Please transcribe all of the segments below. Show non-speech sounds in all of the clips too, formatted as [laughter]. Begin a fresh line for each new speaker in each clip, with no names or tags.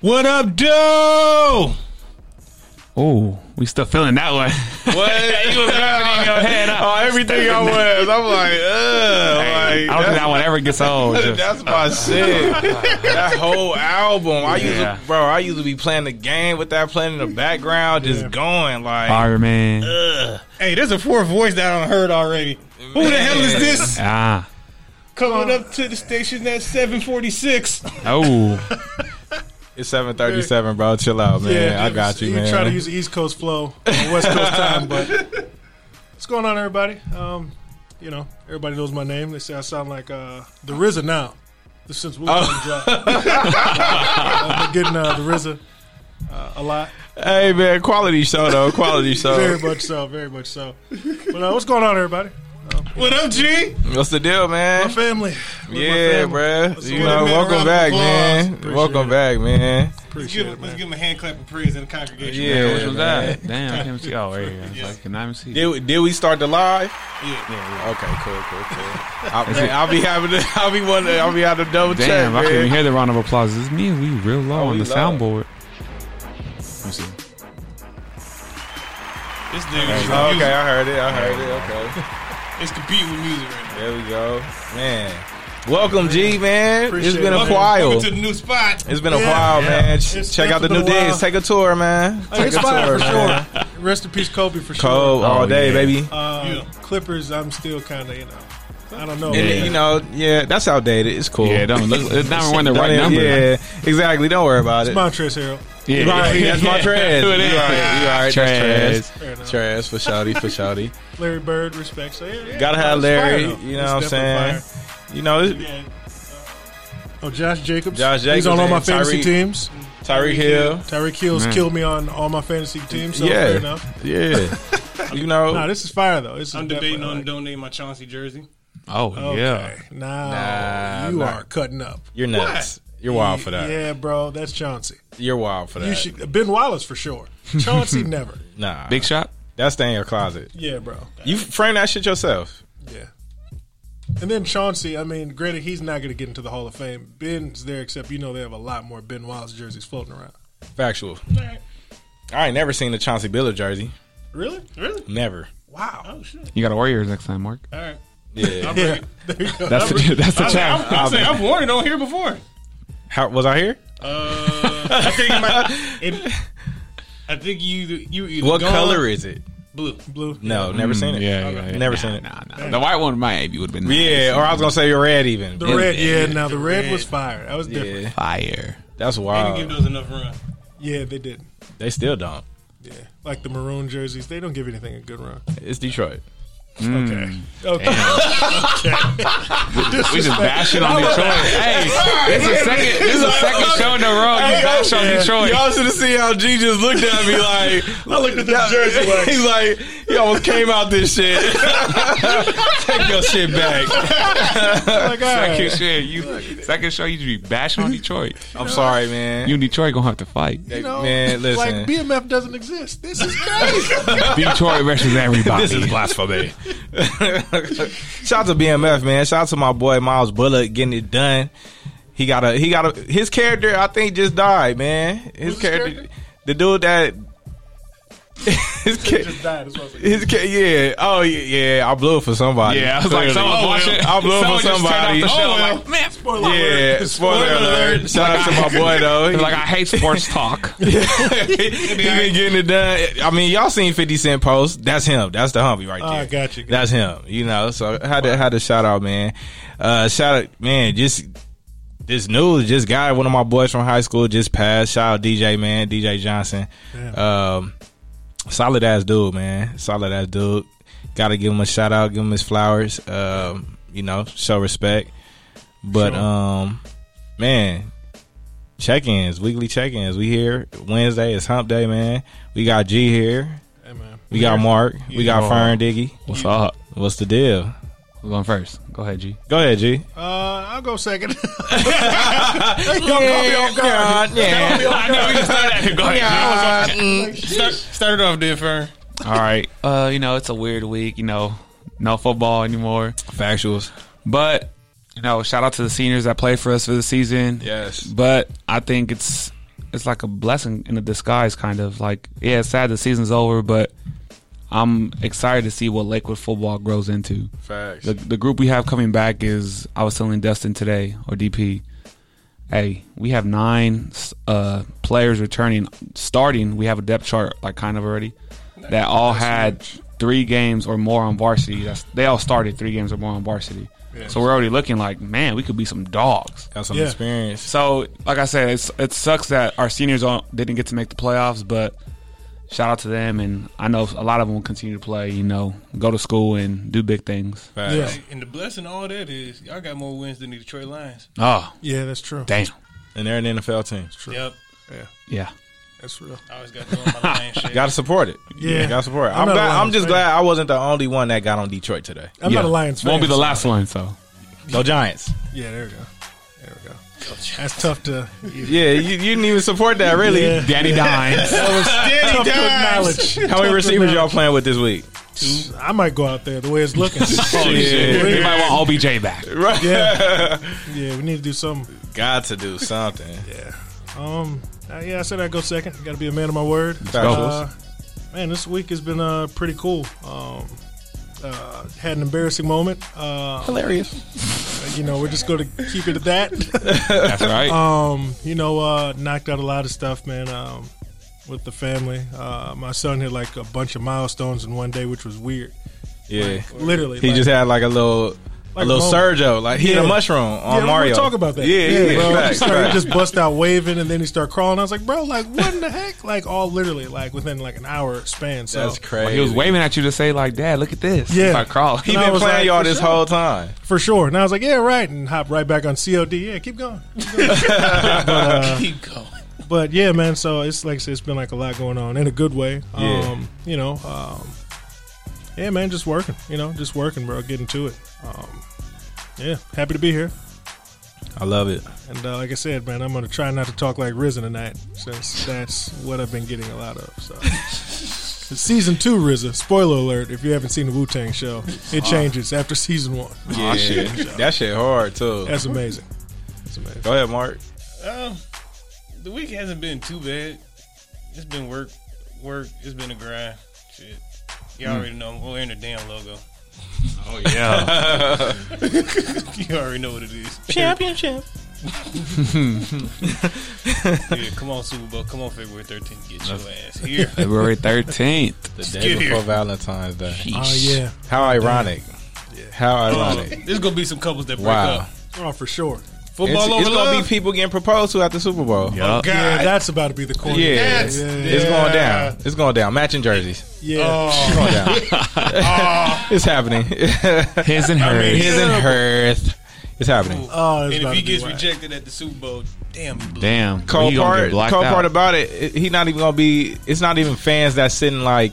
What
[laughs]
up, Joe? Oh, we still feeling that one. [laughs]
What?
you was laughing in your head. I-
oh, everything I was. I'm like, ugh.
I don't think that one ever gets old.
Like, [laughs] that's
Just-
my shit. That whole album. I used
Yeah.
to, bro. I used to be playing the game with that playing in the background, just going like.
Fire man.
Hey, there's a fourth voice that I don't heard already. Who the hell is this
Ah.
coming up to the station at 746?
[laughs]
Oh.
It's seven thirty seven, bro. Chill out, man. I
dude,
got you, man.
try to use the East Coast flow, on West
[laughs]
Coast time, but what's going on, everybody? Um, you know, everybody knows my name. They say I sound like uh, the RZA now, This since Wu
Oh.
Tang dropped. [laughs] I've been getting uh, the RZA uh, a lot,
hey, man. Quality show though. Quality
Oh.
show.
very much so, very much so. But uh, what's going on, everybody?
What up, G?
What's the deal,
My
man?
family, With my
Yeah,
family.
bro.
Let's
You
give
know,
them a
welcome
round of
back,
applause.
man.
Appreciate
welcome
it.
back, man.
Let's
Appreciate
give,
it,
let's
man.
give him a hand clap of praise in the congregation.
Yeah,
Which was
man.
that? Damn, I can't even see. Oh, right here. I can not even see.
Did we, did we start the live?
Yeah.
Okay, cool, cool, cool.
[laughs]
I'll, man, I'll be having to, I'll be one, I'll be having to double check,
Damn, I couldn't
man.
even hear the round of applause. It's me. We real low
Oh,
on
we
the
low.
soundboard. Let me see.
This nigga is
Oh,
music.
okay, I heard it. I heard it. Okay,
It's competing with music right now.
there we go, man. Welcome, G, man.
Appreciate
it's been
it,
a
man.
while.
Welcome to the new spot.
It's been a
Yeah.
while,
Yeah.
man. Ch-
It's
Check out the new
definitely been a
digs.
while.
Take a tour, man.
Hey,
Take
it's
a
fire
tour,
for
man.
sure. Rest in peace, Kobe, for sure.
Cold all
Oh,
day,
yeah.
baby.
Uh,
Yeah.
Clippers, I'm still kind of, you know, I don't know.
And
Yeah.
you know, yeah, that's outdated. It's cool.
Yeah, don't look. It's
[laughs]
not one the
Don't
right
even-
number.
Yeah, exactly. Don't worry about it.
Montrezl Harrell.
Yeah.
Right, that's my trash.
Who it
You
is.
all right, you all right, that's
Trash.
Fair enough.
Trash for shouty, for shouty.
Larry Bird, respect. So yeah, yeah,
Gotta
it's
have
fire,
Larry,
though.
you know what I'm
It's
saying?
definitely
You know, this-
Yeah.
fire. Oh, Josh Jacobs.
Josh Jacobs
He's on all my
and
fantasy
Tyreek.
teams.
Tyreek Hill.
Tyreek Hill's
Man.
killed me on all my fantasy teams. So fair
Yeah,
enough.
yeah. [laughs] You
Nah,
know,
this is fire though. This is
I'm debating on
definitely,
donating my Chauncey jersey.
[laughs] Oh,
like,
yeah.
okay, Now
Nah,
you
nah.
are cutting up.
you're nuts. You're wild for that.
Yeah, bro, that's Chauncey.
You're wild for that.
You should Ben Wallace for
[laughs]
sure. Chauncey never.
nah,
Big shot.
that's stay in your closet.
Yeah, bro.
You frame that shit yourself.
Yeah. And then Chauncey, I mean, granted, he's not going to get into the Hall of Fame. Ben's there, except you know they have a lot more Ben Wallace jerseys floating around.
Factual.
Alright.
I ain't never seen the Chauncey Biller jersey.
Really?
Really?
Never.
Wow.
Oh shit.
You got a Warriors next time, Mark.
All right.
Yeah.
Yeah, [laughs] there you go.
That's
[laughs]
the that's the
I,
challenge.
am saying I've worn it on here before.
How was I here?
Uh, I think
[laughs]
it might, it, I think you you either
What
gone-
color is it?
blue?
Blue.
No, never seen
Mm,
it.
Yeah, yeah, yeah.
Never
Nah,
seen it.
Nah, nah. The white one might have would have been
Yeah,
nice.
or I was gonna say red even.
The red,
yeah,
yeah. now the red, was fire. That was different.
yeah, [laughs]
fire.
that's
They didn't give
wild.
those enough run.
Yeah, they did.
They still don't.
Yeah, like the maroon jerseys, they don't give anything a good run.
It's Detroit. [laughs]
Okay, okay.
We just bashing on Detroit. hey, this is second. This is the second show in a row you bash on
Yeah.
Detroit.
Y'all should have seen how G just looked at me like I looked at the [laughs] jersey. Like, he's like, he almost came out this shit. [laughs] Take your shit back.
[laughs] like, all
Second
right.
show, you second show you just be bashing on Detroit.
I'm sorry, man.
You and Detroit gonna have to fight. [laughs]
You know,
man, listen.
like BMF doesn't exist. This is crazy. [laughs]
Detroit versus everybody.
This is blasphemy. Shout out to BMF, man. Shout out to my boy Miles Bullock getting it done. He got a he got a his character. I think just died, man. His,
Who's his
character,
character?
the dude that [laughs] his ca-
Just died. That's what I said.
his ca- yeah. Oh yeah, yeah. I blew it for somebody.
yeah, I was like,
Clearly.
Oh, someone watching.
I blew it for somebody.
Oh,
Oh,
well.
well.
man, spoiler alert. [laughs]
Yeah, spoiler alert. Shout out to my boy though. He,
Like I hate sports [laughs] talk.
[laughs] he been getting it done. I mean, y'all seen Fifty Cent post? That's him. That's the homie right there.
Ah, got you, got
That's him. You know. So had to had to shout out, man. Uh, shout out, man. Just this news just got one of my boys from high school just passed. Shout out DJ, man. DJ Johnson.
Damn.
Um, solid ass dude, man. Solid ass dude. Got to give him a shout out. Give him his flowers. Um, you know, show respect. But
Sure.
um, man, check-ins, weekly check-ins. We here Wednesday is Hump Day, man. We got G here.
Hey, man.
We got Mark. We got
Yeah.
Fern Diggy.
What's up?
What's the deal?
Who's going first? Go ahead, G.
Go ahead, [laughs] G.
Uh, I'll go second.
I know you started that. [laughs] Go ahead.
Start, start it off, dear Fern.
All right. Uh, you know, it's a weird week. You know, no football anymore.
Factuals.
But you know, shout out to the seniors that played for us for the season.
Yes.
But I think it's it's like a blessing in a disguise, kind of like yeah. It's sad the season's over, but I'm excited to see what Lakewood football grows into.
Facts.
The, the group we have coming back is I was telling Dustin today or DP. Hey, we have nine uh, players returning, starting. We have a depth chart like kind of already that all had three games or more on varsity. That's they all started three games or more on varsity. So we're already looking like man, we could be some dogs.
Got some
Yeah.
experience.
So, like I said, it's, it sucks that our seniors don't, didn't get to make the playoffs, but shout out to them. And I know a lot of them will continue to play, you know, go to school and do big things.
Facts.
[laughs] Yeah.
And the blessing of all that is y'all got more wins than the Detroit Lions.
Oh,
Yeah, that's true.
damn.
And they're an NFL team.
True.
Yep.
Yeah.
That's real.
I always got doing my Lions shit.
Gotta support it.
Yeah.
Gotta support it.
I'm
I'm,
not a
glad,
Lions
I'm just
fan.
glad I wasn't the only one that got on Detroit today.
I'm
Yeah.
not a Lions fan.
Won't be the
so-
last one, so.
Go Giants.
Yeah, there we go. There we go. That's tough to.
Yeah, you, you didn't even support that, really.
[laughs] Yeah.
Danny Dines.
tough to
[laughs]
Dimes.
acknowledge.
How many receivers y'all playing with this week?
I might go out there the way
[laughs]
it's looking. Oh,
Shit.
We might want OBJ back.
Right.
Yeah. yeah, we need to do something.
Got to do something.
Yeah. Um. uh, yeah, I said I'd go second. Got to be a man of my word.
go.
Uh, man, this week has been uh, pretty cool. Um, uh, had an embarrassing moment. Uh,
Hilarious.
you know, we're just going to keep it at that. [laughs]
That's right.
Um, you know, uh, knocked out a lot of stuff, man. Um, with the family. Uh, my son hit like a bunch of milestones in one day, which was weird.
Yeah.
Literally,
He
like-
just had like a little a
Like
little
a
surge of like he hit
Yeah.
a mushroom on
yeah,
Mario.
We'll talk about that.
Yeah, yeah,
bro.
facts,
he, started, he
facts.
just bust out waving, and then he started crawling. I was like, bro, like what in the heck? Like all literally, like within like an hour span. So
That's crazy.
he was waving at you to say, like, Dad, look at this.
Yeah.
Start crawling.
[laughs]
He
And I
been
was
playing
like,
y'all
for
this
sure.
whole time.
for sure. And I was like, yeah, right, and hop right back on COD. Yeah, keep going.
Keep going.
But yeah, man. So it's like I said, it's been like a lot going on in a good way.
Yeah.
Um, you know. Um, yeah, man, just working. You know, just working, bro. Getting to it. Um, yeah, happy to be here.
I love it.
And uh, like I said, man, I'm gonna try not to talk like RZA tonight, since that's what I've been getting a lot of.
[laughs]
So, It's season two RZA. Spoiler alert: if you haven't seen the Wu Tang show, it changes after season one.
Ah. Yeah. that Oh, shit hard too.
That's amazing. That's amazing.
Go ahead, Mark.
Um, the week hasn't been too bad. It's been work, work. It's been a grind. Shit,
Hmm.
y'all already know. We're in the damn logo.
Oh,
Yeah.
[laughs] You already know what it is. [laughs]
Championship.
Yeah, come on, Super Bowl. Come on, February 13th. Get your ass here.
February 13th.
[laughs]
The
Just
day
get
before
here.
Valentine's Day.
Oh yeah.
How ironic. How
Uh,
ironic.
There's gonna be some couples that break
Wow.
up.
Oh, for sure.
It's,
Football over
it's gonna
love.
be people getting proposed to at the Super Bowl.
Yup.
Yeah, that's about to be the
Oh, Yeah.
corner.
Yes.
It's going down. Oh. It's going down. Matching jerseys.
Yeah.
It's going down. [laughs] it's happening.
His and
I mean,
hers.
His and hers. It's happening.
Oh,
and
it's
if
about
he
to be
gets
wild.
rejected at the Super Bowl, damn. he blew.
Damn.
cold
he gonna
part,
get blacked
cold
out.
part about it, it- he not even gonna be. It's not even fans that's sitting like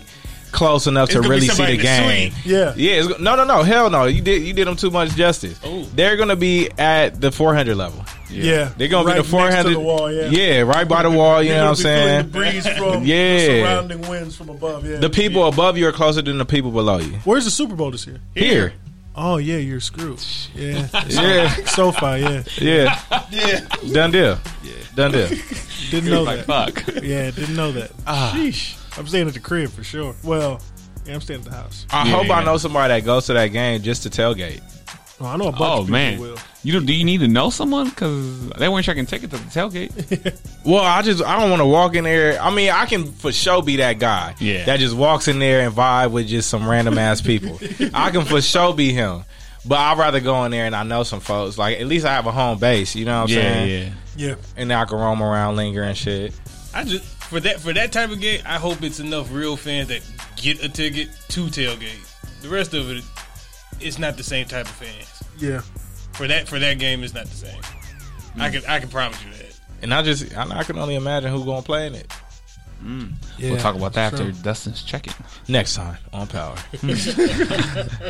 close enough
It's
to
gonna be
really see
somebody
the
in the
game.
suite. Yeah.
yeah. It's, go- no, no, no. Hell no. You did. You did them too much justice.
Ooh.
They're gonna be at the 400 level.
Yeah,
They're gonna
right
be the
next to
400
the wall. Yeah.
right by the wall. oh, You
They're
know what I'm
gonna be feeling
saying?
The breeze
[laughs]
from
Yeah.
the surrounding winds from above. Yeah.
The people above you are closer than the people below you.
Where's the Super Bowl this year?
Here.
Oh yeah, you're screwed.
[laughs]
Yeah,
Yeah.
SoFi. Yeah,
Yeah.
Yeah.
Done deal. Yeah. Done deal.
didn't know that. [laughs]
Fuck.
Yeah, didn't know that.
Ah.
Sheesh. I'm staying at the crib for sure. Well, yeah, I'm staying at the house.
I
Yeah,
hope
yeah.
I know somebody that goes to that game just to tailgate.
Oh, I know a bunch
Oh
of people
man,
will.
you do, do you need to know someone because they weren't checking tickets at the tailgate?
Well, I just I don't want to walk in there. I mean, I can for sure be that guy.
Yeah.
That just walks in there and vibe with just some random ass
[laughs]
people. I can for sure be him. But I'd rather go in there and I know some folks. Like at least I have a home base, you know what I'm saying?
Yeah,
And I can roam around, linger and shit.
I just for that for that type of game, I hope it's enough real fans that get a ticket to tailgate. The rest of it, it's not the same type of fans.
yeah.
For that for that game, it's not the same. I can I can promise you that.
And I just I, I can only imagine who gonna play in it
yeah.
We'll talk about that
Sure.
after Dustin's checking.
next time on Power. [laughs]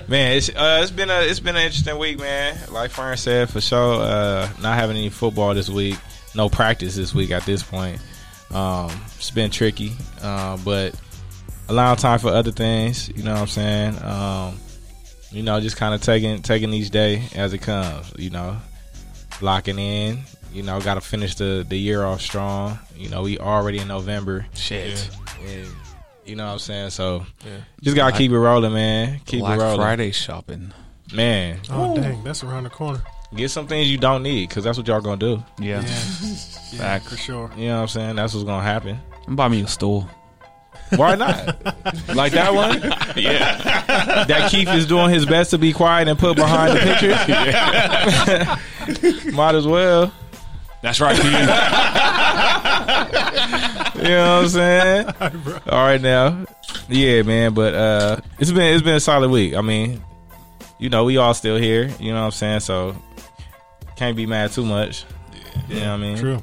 man, it's uh, it's been a it's been an interesting week, man. Like Fern said, for sure. Uh, not having any football this week, no practice this week at this point. Um, it's been tricky, uh, but allowing time for other things. You know what I'm saying? Um, You know, just kind of taking taking each day as it comes. You know, locking in. You know, got to finish the the year off strong. You know, we already in November.
Shit.
And, you know what I'm saying? So
Yeah.
just gotta keep it rolling, man. Keep
Black
it rolling,
Friday shopping.
man.
Oh dang, that's around the corner.
Get some things you don't need because that's what y'all gonna do.
Yeah,
yeah,
Facts.
for sure.
You know what I'm saying? That's what's gonna happen.
I'm buy me a stool.
Why not? like that one? Yeah. that Keith is doing his best to be quiet and put behind the pictures. [laughs] Might as well.
That's right, Keith.
You know what I'm
[laughs]
saying? All right now. Yeah, man, but uh it's been it's been a solid week. I mean, you know, we all still here, you know what I'm saying? So can't be mad too much. You know what I mean?
True.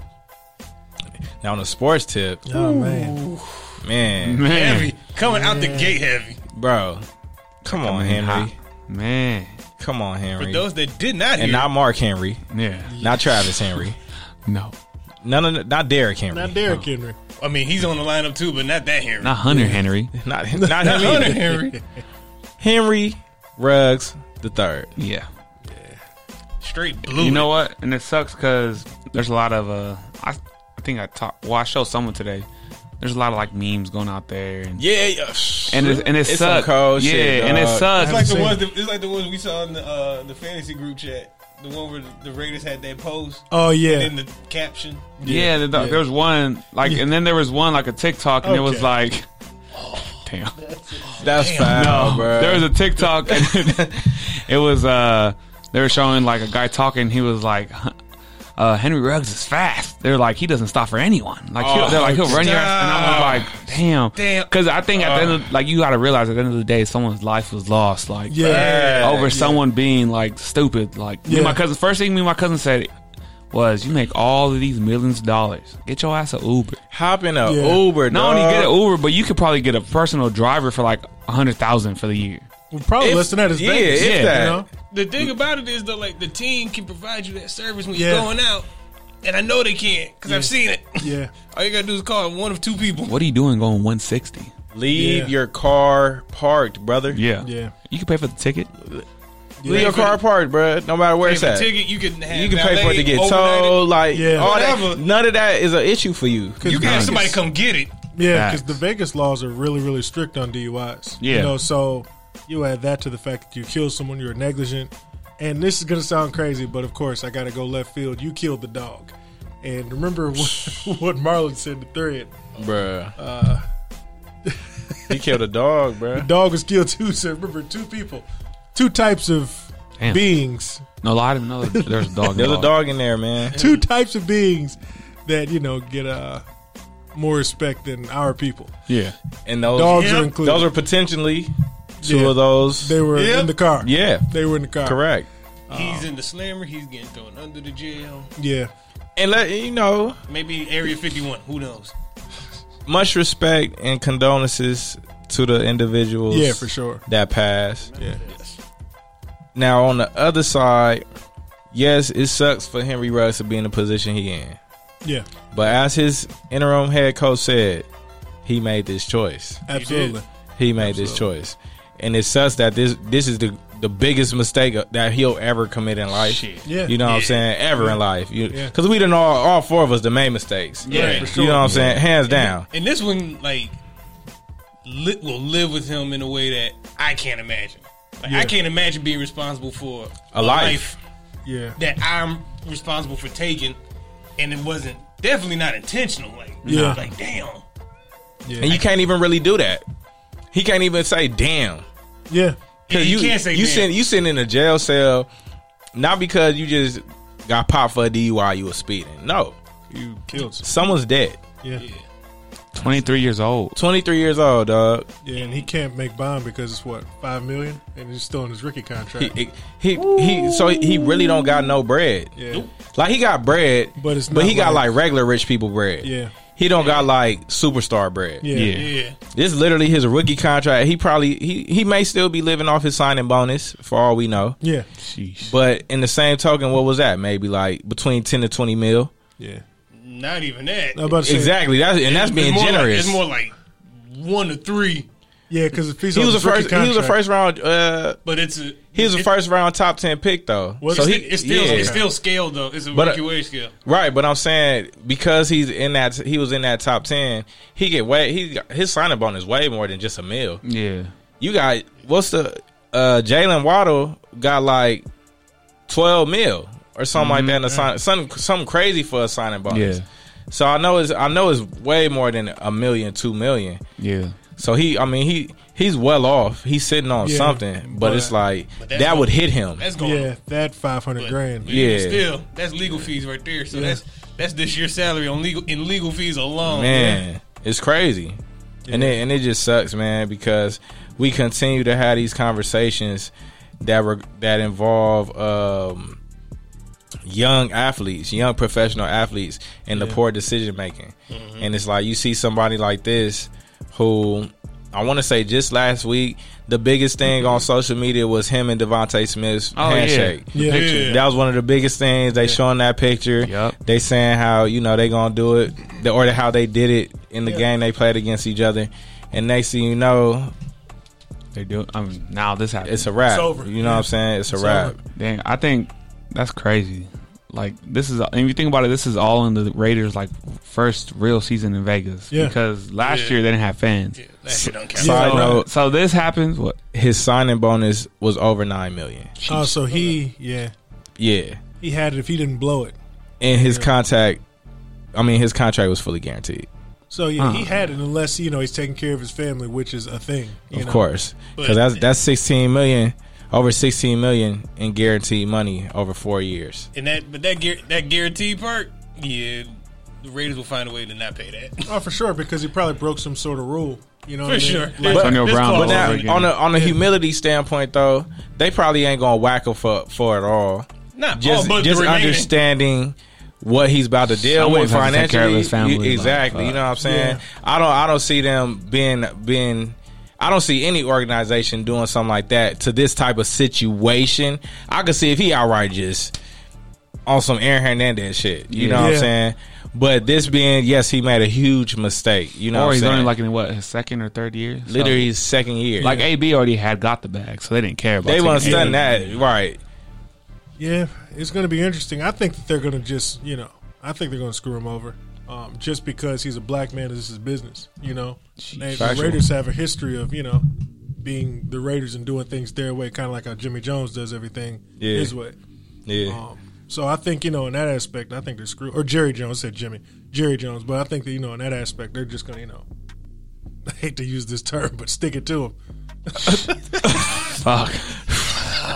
Now on the sports tip,
Oh man.
[laughs]
man,
[laughs] man,
Heavy. Coming out the gate heavy.
bro. Come on,
in hot.
Henry.
man.
Come on,
For
Henry.
those that did not hear,
And not Mark Henry.
Yeah,
Not Travis Henry.
no,
None of the, not Derrick Henry.
Not Derrick Henry.
I mean, he's on the lineup too, but not that Henry.
not Hunter Henry.
Not, not,
[laughs]
Not
him
Hunter
either.
Henry.
Henry Ruggs the third.
Yeah.
[laughs] Straight blue.
You know what? And it sucks because there's a lot of uh, I, I think I talked. Well, I showed someone today. There's a lot of like memes going out there, and
Yeah, yeah.
and it, and it
It's some
sucks.
cold
yeah,
shit,
and it
dog.
sucks.
It's like the
seen
ones. That, it's like the ones we saw in the uh, the fantasy group chat. The one where the Raiders had that post
Oh yeah.
and in the caption.
yeah, the, there was one like, and then there was one like a TikTok, and it was
Okay.
like, damn.
That's foul,
No,
bro.
there was a TikTok. And [laughs] it was uh, they were showing like a guy talking. He was like, "Huh, uh, Henry Ruggs is fast. They're like, he doesn't stop for anyone. Like he'll, they're like he'll run your ass, and I'm like, damn,
Damn.
because I think at the
Uh.
end of, like you got to realize at the end of the day, someone's life was lost. Like
Yeah.
over someone being like stupid. Like me and
Yeah.
my cousin. First thing me and my cousin said. Was you make all of these millions of dollars? Get your ass a Uber.
Hop in a
Yeah.
Uber.
Not
dog.
only get an Uber, but you could probably get a personal driver for like a hundred thousand for the year.
Well, probably
If-
less than that is
yeah,
Vegas.
if
Yeah.
that.
You know?
The thing about it is though, like the team can provide you that service when
Yeah.
you're going out, and I know they can because I've seen it.
Yeah.
All you gotta do is call one of two people.
What are you doing going 160?
Leave
Yeah.
your car parked, brother.
Yeah.
Yeah.
You can pay for the ticket.
Leave your
for
car parked, bro. No matter where
Pay
it's
for the
at.
ticket, you can have
You can pay for it to
valet,
get
overnight it.
towed, like
Yeah.
all that.
Whatever.
None of that is an issue for you.
You can have somebody
Vegas-
come get it.
Yeah, because
Facts.
the Vegas laws are really, really strict on DUIs.
Yeah.
You know, so you add that to the fact that you killed someone, you were negligent. And this is going to sound crazy, but of course, I got to go left field. You killed the dog. And remember [laughs] what, what Marlon said in the thread.
Bruh.
Uh.
he killed a dog, bro.
[laughs] Dog was killed too, so remember, two people, two types of
Damn.
beings,
No, lie to another. There's a dog.
[laughs] There's a dog in there, man.
two types of beings that, you know, get uh, more respect than our people.
Yeah.
And those
Dogs
Yep.
are included.
those are potentially two
Yeah.
of those.
they were in the car.
yeah,
They were in the car.
correct.
Oh.
He's in the slammer. He's getting thrown under the jail.
Yeah.
And let you know,
Maybe Area 51. Who knows?
much respect and condolences to the individuals.
Yeah, for sure.
That passed.
Yeah.
Now on the other side, yes, it sucks for Henry Ruggs to be in the position he in.
Yeah.
But as his interim head coach said, he made this choice.
Absolutely.
He made this choice. And it sucks that this this is the the biggest mistake that he'll ever commit in life.
Shit.
Yeah.
You know what I'm
Yeah.
saying? Ever in life. You
Yeah.
cuz we done all all four of us done made mistakes.
Yeah.
You know what I'm saying? Hands down.
And this one, like, li- will live with him in a way that I can't imagine. Like, I
Yeah.
can't imagine being responsible for
A life.
Yeah.
that I'm responsible for taking, and it wasn't definitely not intentional. Like,
Yeah.
like damn,
And you can't even really do that. He can't even say damn.
Yeah.
you,
Because you,
can't say
you
damn.
sitting you sitting in a jail cell, not because you just got popped for a DUI. You were speeding. No,
You killed. Some.
someone's dead.
Yeah.
Yeah.
23 years old.
Twenty three years old, dog.
Yeah, and he can't make bond because it's what five million, and he's still on his rookie
He
contract.
he he. he- so he really don't got no bread.
yeah.
Like he got bread,
But it's
but
not
he got
like-
like regular rich people bread.
Yeah.
He don't got like superstar bread.
Yeah.
Yeah.
yeah,
This is literally his rookie contract. He probably he, he may still be living off his signing bonus for all we know.
Yeah.
Sheesh.
But in the same token, what was that? Maybe like between ten to twenty mil.
Yeah.
not even that.
I was about to say,
Exactly. That's and that's
It's
being
more like-
generous.
it's more like one to three.
Yeah, because if he's
He
on
was a
his rookie
first. He was a
contract-
first round. Uh,
But it's a,
he was a
it-
first round top ten pick though.
Well,
so he,
It's still
yeah.
it's still scaled though. It's a
But, uh,
Ricky Wade scale.
Right, but I'm saying because he's in that, he was in that top ten. He get way he got- his signing bonus way more than just a meal.
Yeah.
You got what's the uh Jalen Waddle got like twelve mil or something like that. In a sign, some something crazy for a signing bonus.
Yeah.
So I know it's I know it's way more than a million, two million.
Yeah.
So he, I mean he he's well off. He's sitting on
Yeah,
something, but,
but-
it's like
But that's
that
what-
would hit him.
That's going.
Yeah, that five hundred
But-
grand.
but
Yeah.
Still, that's legal fees right there. So that's that's this year's salary on legal in legal fees alone.
man, it's crazy, and it and it just sucks, man, because we continue to have these conversations that were that involve um, young athletes, young professional athletes, and the poor decision making,
Mm-hmm.
and it's like you see somebody like this who. I want to say just last week, the biggest thing on social media was him and Devontae Smith's
Mm-hmm. Oh
handshake.
yeah.
Yeah.
The picture.
Yeah.
That was one of the biggest things. They showing that picture.
Yup.
They saying how you know they gonna do it, the- or how they did it in the
Yeah.
game they played against each other. And next thing you know,
They do. I mean, now this happened.
it's a wrap.
It's over.
You know what I'm saying? It's a
It's
wrap.
over.
Dang, I think that's crazy. Like this is, and if you think about it, this is all in the Raiders' like first real season in Vegas.
Yeah.
Because last
Yeah.
year they didn't have fans.
Yeah, that shit don't count.
Side
Yeah.
note:
So this happens. What?
His signing bonus was over nine million.
Oh, so he yeah
Yeah,
he had it if he didn't blow it.
and his contact. I mean, his contract was fully guaranteed,
So yeah,
Uh-huh.
Uh-uh.
he had it unless you know he's taking care of his family, which is a thing. you
of
know?
course,
But-
because that's that's 16 million, over 16 million in guaranteed money over four years.
And that but that guar- that guarantee part, yeah, the Raiders will find a way to not pay that. [laughs]
Oh, for sure, because he probably broke some sort of rule. You know, what
For
I mean?
sure.
Like,
But-
Antonio
This
Brown
call-
all
But
over
now,
again.
on a on a humility standpoint, though, they probably ain't gonna whack him for for it all.
Not
Just
all, Oh, but
just
the remaining.
understanding what he's about to deal
Someone
with
has to
financially.
take care of his family,
You- exactly.
like,
you know what I'm saying? I don't I don't see them being being. I don't see any organization doing something like that to this type of situation. I could see if he outright just on some Aaron Hernandez shit. You know what I'm
Yeah.
saying? But this being, yes, he made a huge mistake. You know
or
what I'm
he's
saying?
only like in what his second or third year. So,
literally his second year.
like AB already had got the bag, so they didn't care about.
they
taking
want to stun
AB.
that, right?
Yeah, it's going to be interesting. I think that they're going to just, you know, I think they're going to screw him over, um, just because he's a black man. This is his business, you know. They- the
Factual.
Raiders have a history of, you know, being the Raiders and doing things their way, kind of like how Jimmy Jones does everything
Yeah.
his way.
Yeah,
Um, so I think you know in that aspect, I think they're screwed. Or Jerry Jones said Jimmy, Jerry Jones, but I think that you know in that aspect they're just going to, you know, [laughs] I hate to use this term, but stick it to him.
Fuck.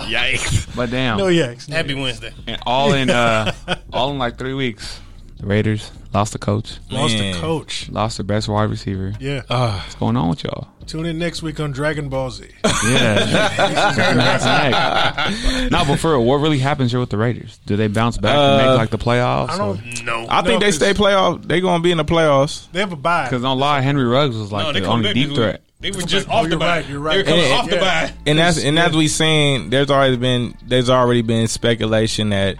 Yikes.
But damn.
No yaks. No
Happy
yaks.
Wednesday.
And all in uh, all in like three weeks. The Raiders lost the coach,
Lost the
Man. Uh,
coach.
lost their best wide receiver.
Yeah.
Ugh.
What's going on with y'all?
Tune in next week on Dragon Ball Z.
[laughs] Yeah. That's nice. No, but for real, what really happens here with the Raiders? Do they bounce back and
Uh,
make like the playoffs?
I don't.
No.
I think
No,
they stay playoff. They gonna be in the playoffs.
They have
[laughs]
a bye.
Because don't lie, Henry Ruggs was like
no,
the only
back
deep
this
threat.
week. They were
Oh,
just
you're
off the
right,
bye.
you're right.
They were coming
And-
off the
yeah.
bye.
And as and as we seen, there's already been there's already been speculation that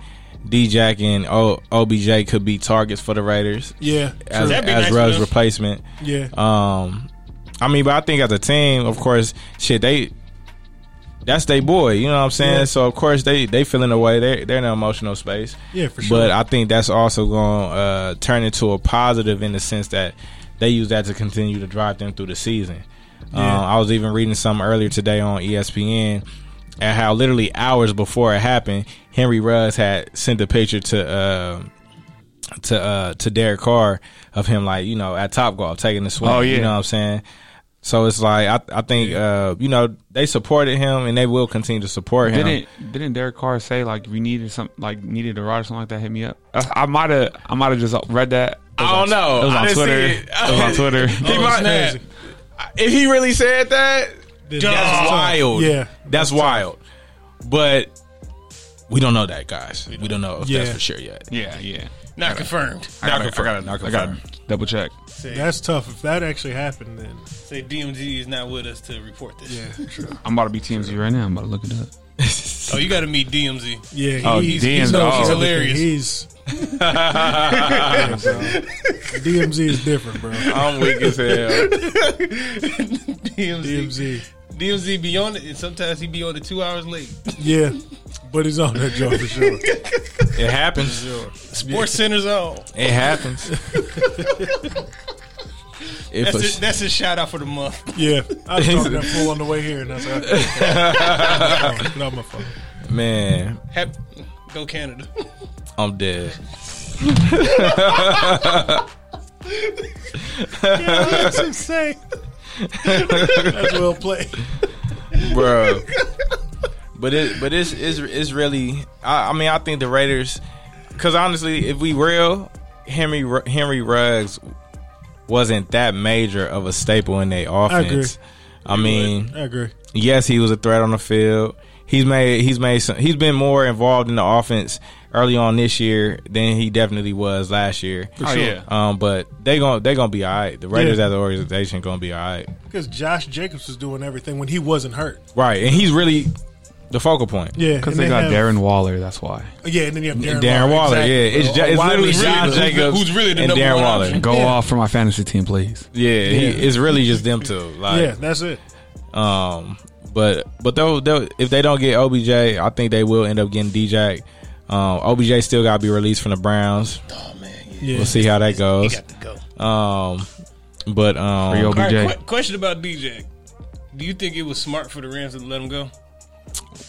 D Jack and o, OBJ could be targets for the Raiders
Yeah.
as
true.
That'd be
as
nice for
Ruggs
them.
replacement.
yeah.
Um, I mean, but I think as a team, of course, shit they. That's they boy, you know what I'm saying.
Yeah.
So of course they they feeling away. They they're in an emotional space.
yeah, for sure.
But I think that's also going to uh, turn into a positive in the sense that they use that to continue to drive them through the season.
Yeah.
Um, I was even reading something earlier today on E ESPN and how literally hours before it happened, Henry Ruggs had sent a picture to uh, to uh, to Derek Carr of him like you know at Top Golf taking the swing.
Oh, yeah.
you know what I'm saying. So it's like I I think uh, you know they supported him and they will continue to support him.
Didn't didn't Derek Carr say like if you needed some like needed a ride or something like that, hit me up? Uh, I might have I might have just read that. It
I
was on-
don't know.
It was
I
on
didn't see
Twitter.
it.
It was on
[laughs]
Twitter.
He
Oh,
might-
snap.
if he really said that,
This-
that's wild.
Yeah.
that's wild. But we don't know that, guys. We don't know if that's
Yeah.
for sure yet.
Yeah, yeah.
Not confirmed.
I
Not
gotta, I
confirmed.
gotta,
Not
I gotta
confirmed.
double check.
That's tough. If that actually happened, then
Say DMG is not with us to report this.
yeah, sure.
I'm about to be TMZ right now. I'm about to look it up.
Oh, you got to meet DMZ.
Yeah,
Oh,
he's,
DMZ.
he's, no-
Oh.
he's
Hilarious.
hilarious. He's Yeah, bro. DMZ is different, bro.
I'm weak as hell.
[laughs]
DMZ.
DMZ,
DMZ be on it, and sometimes he be on it two hours late.
yeah, but he's on that job for sure.
It happens.
Sports Center's on.
It
[laughs]
happens. if
That's
a,
it, that's his shout out for the month.
Yeah, I was talking to that fool on the way here, and I said, okay, "Get off my phone."
man,
Hap- Go Canada.
I'm dead.
That's insane. That's well played.
bro. But it, but it's it's, it's really. I, I mean, I think the Raiders, because honestly, if we real, Henry Ru- Henry Ruggs wasn't that major of a staple in their
agree.
offense. I, mean,
I agree.
yes, he was a threat on the field. He's made he's made some, he's been more involved in the offense early on this year than he definitely was last year.
Oh, yeah.
Um, but they gonna they gonna be all right. The Raiders
Yeah.
as an organization gonna be all right.
Because Josh Jacobs was doing everything when he wasn't hurt.
Right, and he's really the focal point.
Yeah,
Because
and
they
then
got
have-
Darren Waller. That's why.
Yeah, and then you have Darren,
Darren, Waller,
exactly.
yeah, it's, ju-
A
it's
wide
literally
receiver
John
who's-
Jacobs
who's really the
and
number
Darren
one
Waller.
option.
Go off for my fantasy team, please.
Yeah, He,
Yeah.
it's really just them two.
Yeah,
Like,
that's it.
um, but but though, though if they don't get OBJ, I think they will end up getting DJ. Um, OBJ still got to be released from the Browns.
Oh man, yeah.
Yeah,
We'll see how that
he
goes.
got to go.
Um, but
Free
um,
OBJ.
All right, qu- question about DJ. Do you think it was smart for the Rams to let him go?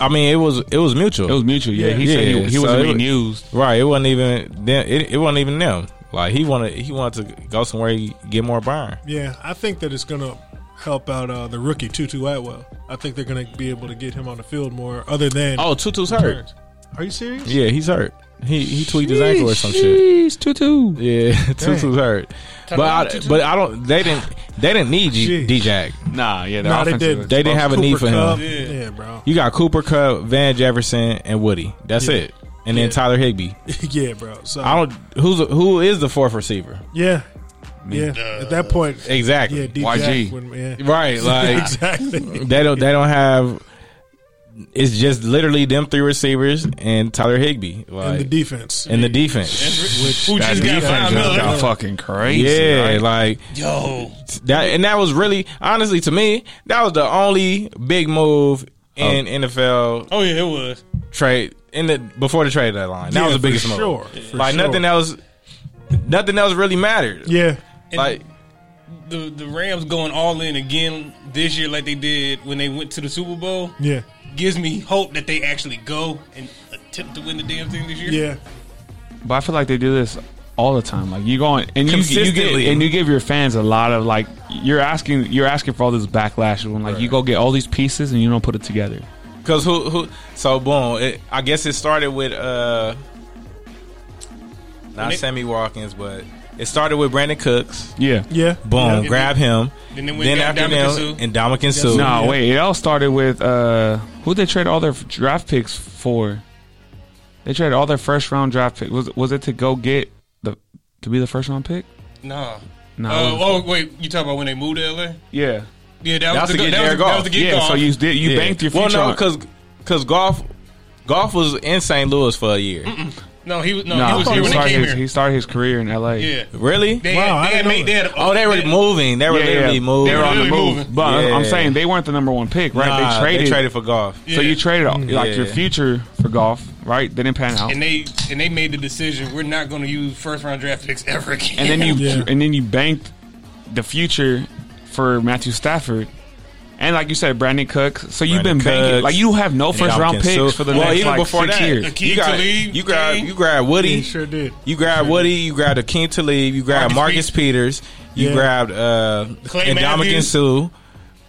I mean, it was it was mutual.
It was mutual. Yeah, he said
Yeah,
he, he
so
wasn't
it-
renewed.
right. It wasn't even them. It, it wasn't even them. Like he wanted he wanted to go somewhere he get more burn.
yeah. I think that it's gonna help out uh, the rookie Tutu Atwell. I think they're gonna be able to get him on the field more. Other than,
Oh, Tutu's hurt.
are you serious?
Yeah, he's hurt. He he tweaked his ankle or some shit.
Tutu.
Yeah, [laughs] Tutu's hurt. But
about
I,
Tutu.
but I don't. They didn't. They didn't need G,
Jeez.
D-Jack.
Nah, yeah,
Nah,
the
they
offense
didn't.
is-
They didn't have a need for
Cup.
him.
Yeah.
Yeah.
bro.
You got Cooper Cup, Van Jefferson, and Woody. That's
Yeah.
it. And then
Yeah.
Tyler Higby.
[laughs] yeah, bro. So
I don't. Who's who is the fourth receiver?
yeah, yeah. At that point, yeah,
Exactly.
D.
YG.
Jack wouldn't- yeah.
Right.
[laughs]
Like [laughs]
exactly.
they don't. They don't have. It's just literally them three receivers and Tyler Higby. Like
And the defense.
and the defense.
Which-
Who
That
just got
defense
five
just got
million?
fucking crazy.
Yeah,
right?
like
Yo,
That and that was really honestly to me, that was the only big move in NFL
oh yeah, it was.
trade in the before the trade deadline. That
Yeah,
was the
for
biggest
Sure,
move.
for
like
sure.
nothing else nothing else really mattered.
Yeah,
And
Like
the the Rams going all in again this year, like they did when they went to the Super Bowl,
yeah,
gives me hope that they actually go and attempt to win the damn thing this year.
yeah.
But I feel like they do this all the time. Like you go on- and you, you get
Consistently.
and you give your fans a lot of like you're asking you're asking for all this backlash when like you go get all these pieces and you don't put it together.
cuz who who so boom, it, I guess it started with uh not
Nick-
Sammy Watkins, but it started with Brandon Cooks.
Yeah.
Yeah.
Boom,
Yeah.
grab him.
Then
Then,
they went and got
after
Ndamukong
them,
Suh.
and Dominican Sue.
No, wait. It all started with uh who they trade all their draft picks for? They traded all their first round draft pick. Was was it to go get the to be the first round pick?
Nah.
No. it
Uh,
was-
oh wait, you talking about when they moved to LA?
yeah.
Yeah, that,
That
was,
was to
the go-
get
that, was,
Jared
that
Goff.
was the get
Yeah,
Goff.
so you did you
Yeah.
banked your future.
Well, no,
on-
because because golf golf was in St. Louis for a year.
no, he was no,
No,
he was
he,
here when they
started
came
his,
here.
he started his career in L.A.
yeah,
Really?
they
Wow, I
had, they had
didn't know
made they had
oh, they were moving. They were literally moving.
They were on the
Literally
move.
moving.
But I'm- I'm
Yeah.
saying they weren't the number one pick, right?
Nah,
they traded. Mm.
for golf.
So you traded like your
Yeah.
future for golf, right? They didn't pan out.
and they and they made the decision we're not going to use first round draft picks ever again.
and then you
Yeah.
and then you banked the future for Matthew Stafford, and like you said, Brandon Cooks. So you've
Brandon
been banking
Cooks.
like you have no first round
Hopkins.
picks
So-
for the
well,
next
even
like
before
six
that,
years.
Akeem
you got
Tlaib,
you grab
King.
you grab Woody.
He sure did.
You grabbed Woody. You grabbed the King Talib. You grabbed
Marcus
Marcus, Peters. You
Yeah.
grabbed uh,
Clay
Indomitian
Matthews.
Sue.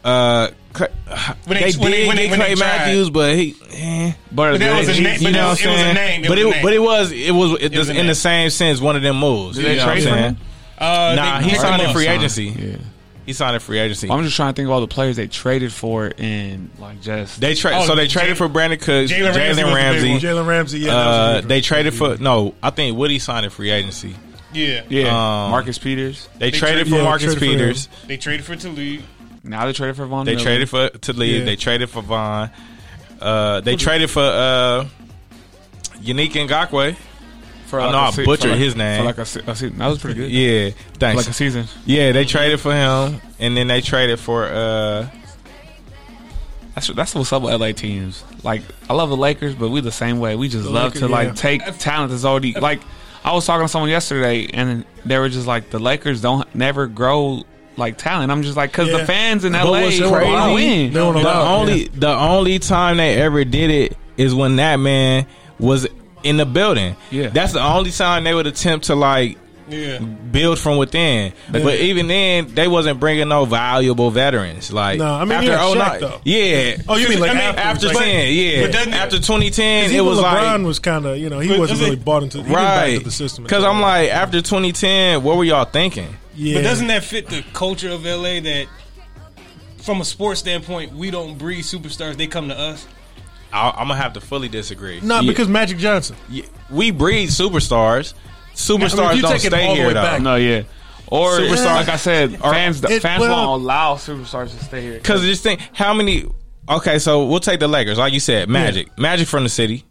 Uh, Cl-
[laughs] When
they
they- when they-
did
when they-
get
when they
Clay
tried.
Matthews, but he. Eh.
But,
that was
they,
his name-
You
but
know
it
what I'm
was- it was a
saying?
name. It
But
was a
it
name.
but it was it was it
was
was
a
in
name.
the same sense one of them moves.
Did they
You know what I'm
trade for
saying?
him?
uh,
Nah,
they
he
picked
signed
him
in
up.
free agency.
Yeah.
He signed in free agency.
I'm just trying to think of all the players they traded for and like just
They tra-
Oh,
so they
Jay-
traded for Brandon Cooks,
Jalen
Jalen
Ramsey was the
Ramsey.
big one.
Jalen Ramsey. Yeah, that was
Uh,
a good
they
one.
traded for no, I think Woody signed in free agency.
Yeah.
yeah
Um,
Marcus Peters.
They,
They
traded
tra-
for
yeah, they
Marcus
traded for him.
Peters.
They traded for Talib.
Now they traded for Von.
They
Miller.
traded for Talib.
Yeah.
They traded for Vaughn. Uh, they traded for uh, Unique Ngakwe.
For
I know
a
I
se-
butchered
for like-
his name.
For like a, se- a season. That was pretty good.
Yeah,
For
thanks.
like a season.
yeah, they traded for him, and then they traded for uh,
That's that's what's up with LA teams. Like I love the Lakers, but we the same way. We just love
Lakers,
to like
yeah.
take talent that's already like. I was talking to someone yesterday, and they were just like the Lakers don't never grow like talent. I'm just like because
Yeah.
the fans in
But
LA
what's
wanna
crazy-
win.
They don't
the
allow it,
only the only time they ever did it is when that man was in the building.
Yeah.
that's the only time they would attempt to like
Yeah.
build from within. But even then, they wasn't bringing no valuable veterans. Like
No, I mean,
after
yeah, Shaq,
09
though.
yeah.
Oh, you mean like
I mean,
afterwards,
After
like-
ten, yeah.
but doesn't-
after 2010, it
even
was
LeBron
like
was kind of you know he
But
wasn't
doesn't-
really bought into he didn't buy
right
into the system.
Because I'm like, after 2010, what were y'all thinking?
yeah,
But doesn't that fit the culture of LA that from a sports standpoint, we don't breed superstars, they come to us?
I, I'm gonna have to fully disagree.
not
Yeah.
because Magic Johnson.
Yeah, we breed superstars. Superstars
you
don't
take it
stay
all the
here
way
though.
back,
No, Oh, yeah. Or
Superstar-
like I said, fans
it-
fans
well-
won't allow superstars to stay here.
Because just think how many. Okay, so we'll take the Lakers, like you said, Magic, Magic from the city.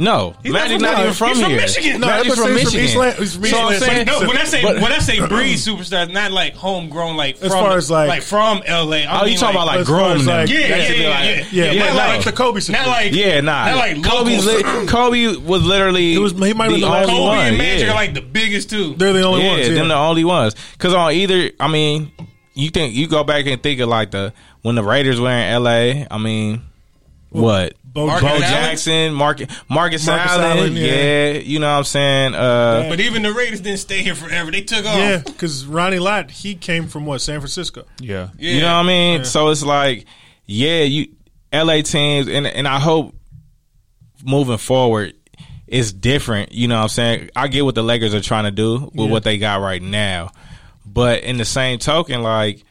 No, Magic
from-
not
no,
even from
he's from
here.
Michigan. No,
Magic's
that's
from
what I'm saying,
Michigan.
he's from East Lan- he's from
so
East
I'm
Lan-
saying,
No,
When I say
But-
when
[clears throat]
I say breed superstars, not like homegrown, like
As
from,
far as, like-
from LA. I
oh,
mean,
you talking about like
as far
grown
as,
men?
like-
yeah, yeah,
That
yeah,
should be
yeah,
like-
yeah,
yeah,
but
not
like
like
the Kobe
not
situation.
like
Yeah, nah.
not like
Kobe's
locals.
li- Kobe was literally
was- he might have
the
been the last
only
Kobe
one.
and Magic
yeah.
are like the biggest two.
They're the only
yeah,
ones. Yeah.
them the only ones. Because on either, I mean, you think you go back and think of like the when the Raiders were in L.A. I mean, what
Bo,
Mark
Bo
Allen?
Jackson, Mark, Marcus, Allen,
Allen,
yeah.
yeah.
you know what I'm saying. Uh,
but even the Raiders didn't stay here forever. They took off.
yeah, because Ronnie Lott he came from what San Francisco.
Yeah.
Yeah.
You know what I mean? So it's like, yeah, you LA teams and and I hope moving forward it's different. You know what I'm saying? I get what the Lakers are trying to do with what they got right now. But in the same token, like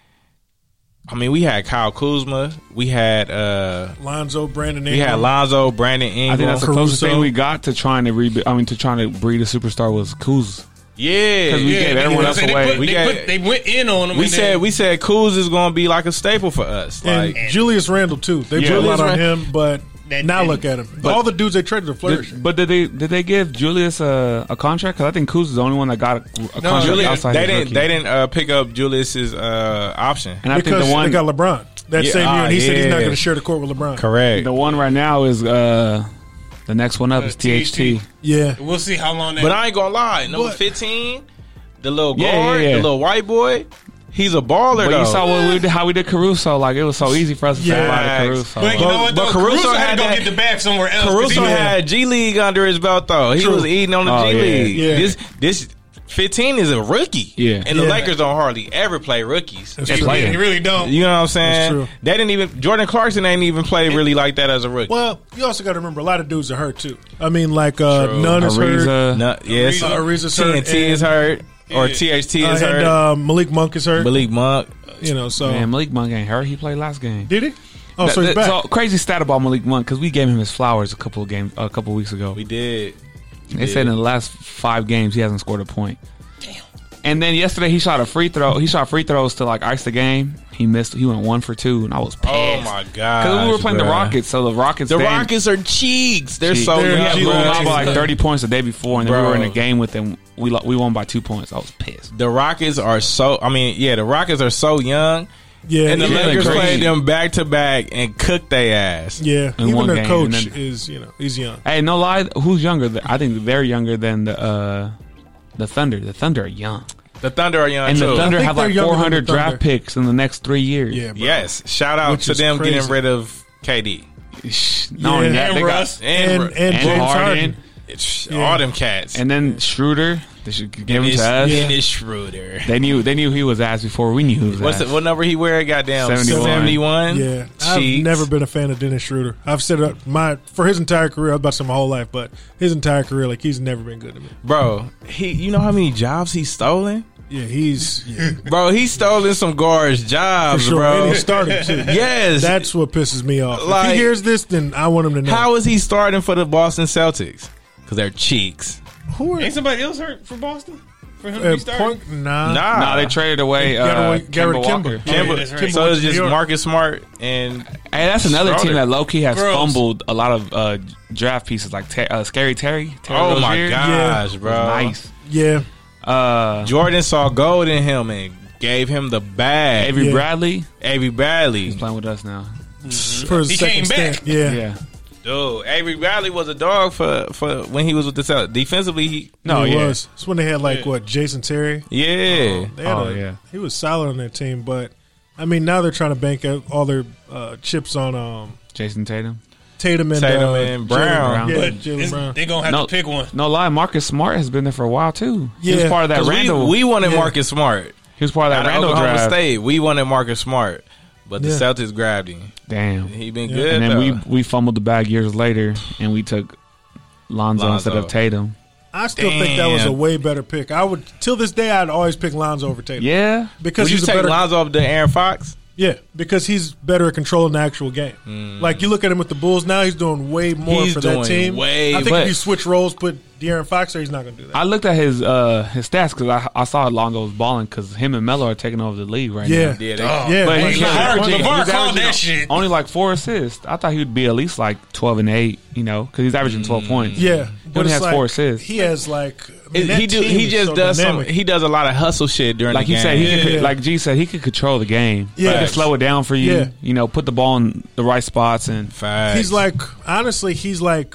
I mean, we had Kyle Kuzma, we had uh
Lonzo, Brandon,
we had
Ingram.
Lonzo, Brandon Ingram.
I think that's the
Caruso.
closest thing we got to trying to rebuild. I mean, to trying to breed a superstar was Kuz.
yeah,
'Cause we
yeah.
gave
they-
everyone else
they
away.
Put,
We
they,
got-
put, they went in on them.
we
and
said
then-
we said Kuz is going to be like a staple for us.
and
Like
Julius Randle too. They put a
Julius
lot on
Rand-
him, but
That
now
didn't-
look at him. All the dudes they traded are flourishing.
Did, but did they did they give Julius a, a contract? Because I think Kuz is the only one that got a, a contract
Julius-
outside
they
his
didn't
rookie.
they didn't uh, pick up Julius's uh, option.
and I think
because
the one
they got LeBron that
Yeah,
same year, and he
ah,
said he's
yeah.
not going to share the court with LeBron.
Correct.
the one right now is uh the next one up
Uh,
is THT.
THT.
Yeah,
We'll see how long that.
But I ain't gonna lie, number
What?
fifteen, the little guard,
Yeah, yeah, yeah.
the little white boy, he's a baller
But
though.
you saw what we did, how we did Caruso. Like it was so easy for us to say
Yeah.
about Caruso.
but you
But-
know what?
but
Though?
Caruso
Caruso, had
had
to go
that-
get the bag somewhere else. 'cause
Caruso
he-
had G League under his belt though. He
True.
was eating on the
Oh,
G
yeah,
League.
yeah.
This this fifteen is a rookie.
Yeah.
And the
Yeah.
Lakers don't hardly ever play rookies.
That's
He,
true.
player.
he really don't.
You know what I'm
That's
saying?
true.
They didn't even Jordan Clarkson ain't even played really like that as a rookie.
Well, you also got to remember a lot of dudes are hurt too. I mean, like uh,
True.
none is hurt.
Ariza,
No, yes.
Uh, Ariza's hurt,
TNT is hurt. Or
Yeah.
THT
Uh,
is
and
hurt.
uh, Malik Monk is hurt.
Malik Monk.
You know, so
man, Malik Monk ain't hurt. He played last game.
did he? Oh, so he's
That- that-
back.
so crazy stat about Malik Monk because we gave him his flowers a couple of games a couple of weeks ago.
We did.
They said in the last five games he hasn't scored a point. And then yesterday he shot a free throw. He shot free throws to like ice the game. He missed. He went one for two, and I was pissed.
Oh my god.
Because we were playing the Rockets, so the Rockets.
The
they-
Rockets are cheeks. They're
She-
so
we
They're
had
cheeks.
Lil
Yeah.
Mamba like thirty points the day before, and then we
Bro.
were in a game with them. We lo- we won by two points. I was pissed.
The Rockets are so. I mean, yeah, the Rockets are so young,
yeah,
and the
Yeah,
yeah,
they're
Lakers
great.
played them back to back and cooked they ass.
yeah.
in
Even
one
their
game,
coach
and then-
is you know he's young.
Hey, no lie. Who's younger? th- I think they're younger than the uh, the Thunder. The Thunder are young,
The Thunder are young
and
too.
the Thunder
think
have
they're
like
younger
four
than the
hundred
Thunder.
draft picks in the next three years.
Yeah, bro.
yes, shout out
Which
to
is
them getting
crazy.
rid of KD
Shh, Not only
Yeah.
that,
and
they got
Russ.
and
and,
and,
and
James
Harden.
Harden.
it's-
Yeah.
all them cats.
And then Schroeder, they should give him
Dennis,
to us.
Dennis Schroeder.
They knew they knew he was ass before we knew he was
What's
ass.
the, what number he wear? Goddamn,
71.
seventy-one.
Yeah, I've
Cheeks.
never been a fan of Dennis Schroeder. I've said it my for his entire career. I was about to say my whole life, but his entire career, like he's never been good to me.
bro. He, you know how many jobs he's stolen,
Yeah, he's yeah,
bro? He's stolen some guards
for
jobs,
sure. And
bro.
he's starting too.
yes,
That's what pisses me off. if
Like-
he hears this, then I want him to know.
How is he starting for the Boston Celtics? Because they're cheeks.
Who are
Ain't somebody else hurt for Boston? For him to
uh,
be starting?
point, nah,
nah, they traded away
Get
uh,
away- get rid
Kemba
of Kemba.
Walker.
Yeah,
Kemba-
that's right.
so it's
Kemba-
just
New York.
Marcus Smart and
Hey, that's another
Schroeder.
team that low key has
Gross.
fumbled a lot of uh, draft pieces, like Ter- uh, Scary Terry. Terry
Oh my
Rozier.
gosh, bro!
nice.
Yeah,
Uh,
Jordan saw gold in him and gave him the bag.
Avery
Yeah.
Bradley
Avery Bradley,
is playing with us now.
for his
Mm-hmm. He
second
came back.
stint. Yeah.
Yeah,
dude. Avery Bradley was a dog for for when he was with the Celtics. Defensively, he
no,
he
yeah,
was. It's when they had like
Yeah.
what Jason Terry.
yeah.
They had
Oh,
a-
yeah.
he was solid on their team, but I mean now they're trying to bank up all their uh, chips on um,
Jason Tatum.
Tatum and,
Tatum
uh,
and
Jalen
Brown.
Yeah,
But
Jalen Brown.
they're gonna have
No.
to pick one.
No lie, Marcus Smart has been there for a while too. He was
Yeah.
part of that
'Cause
Randall.
We, we wanted
Yeah.
Marcus Smart
he was part of
out
that
of
Randall
Oklahoma
draft.
State. We wanted Marcus Smart, but the
Yeah.
Celtics grabbed him.
Damn.
He been
Yeah.
good.
and then
though.
we we fumbled the bag years later, and we took Lonzo,
Lonzo.
instead of Tatum.
I still think that was a
Damn.
way better pick. I would till this day I'd always pick Lonzo over Tatum.
Yeah,
Because
Would you
he's a
take
better
Lonzo up to Aaron Fox?
Yeah, because he's better at controlling the actual game. Like you look at him with the Bulls now, he's doing way more
Mm. He's
for
doing
that team.
way-
I think
but-
if you switch roles, put De'Aaron Fox there, he's not going to do that.
I looked at his uh his stats because I I saw Lonzo was balling because him and Melo are taking over the league right now.
yeah,
Yeah, they,
Oh,
yeah.
But
like,
he's
LeVar-
not averaging.
LeVar
He's
called
averaging
that shit.
Only like four assists. I thought he'd be at least like twelve and eight, you know, because he's averaging twelve
Mm.
points.
yeah.
he only
it's
has
like,
four assists.
He has like I mean, that
he do,
team
he
is
just
so
does some,
dynamic.
he does a lot of hustle shit during
Like
the
he
game.
said, he could,
Yeah.
like G said, he could control the game.
Yeah.
he could slow it down for you.
Yeah.
You know, put the ball in the right spots and
Facts.
He's like honestly, he's like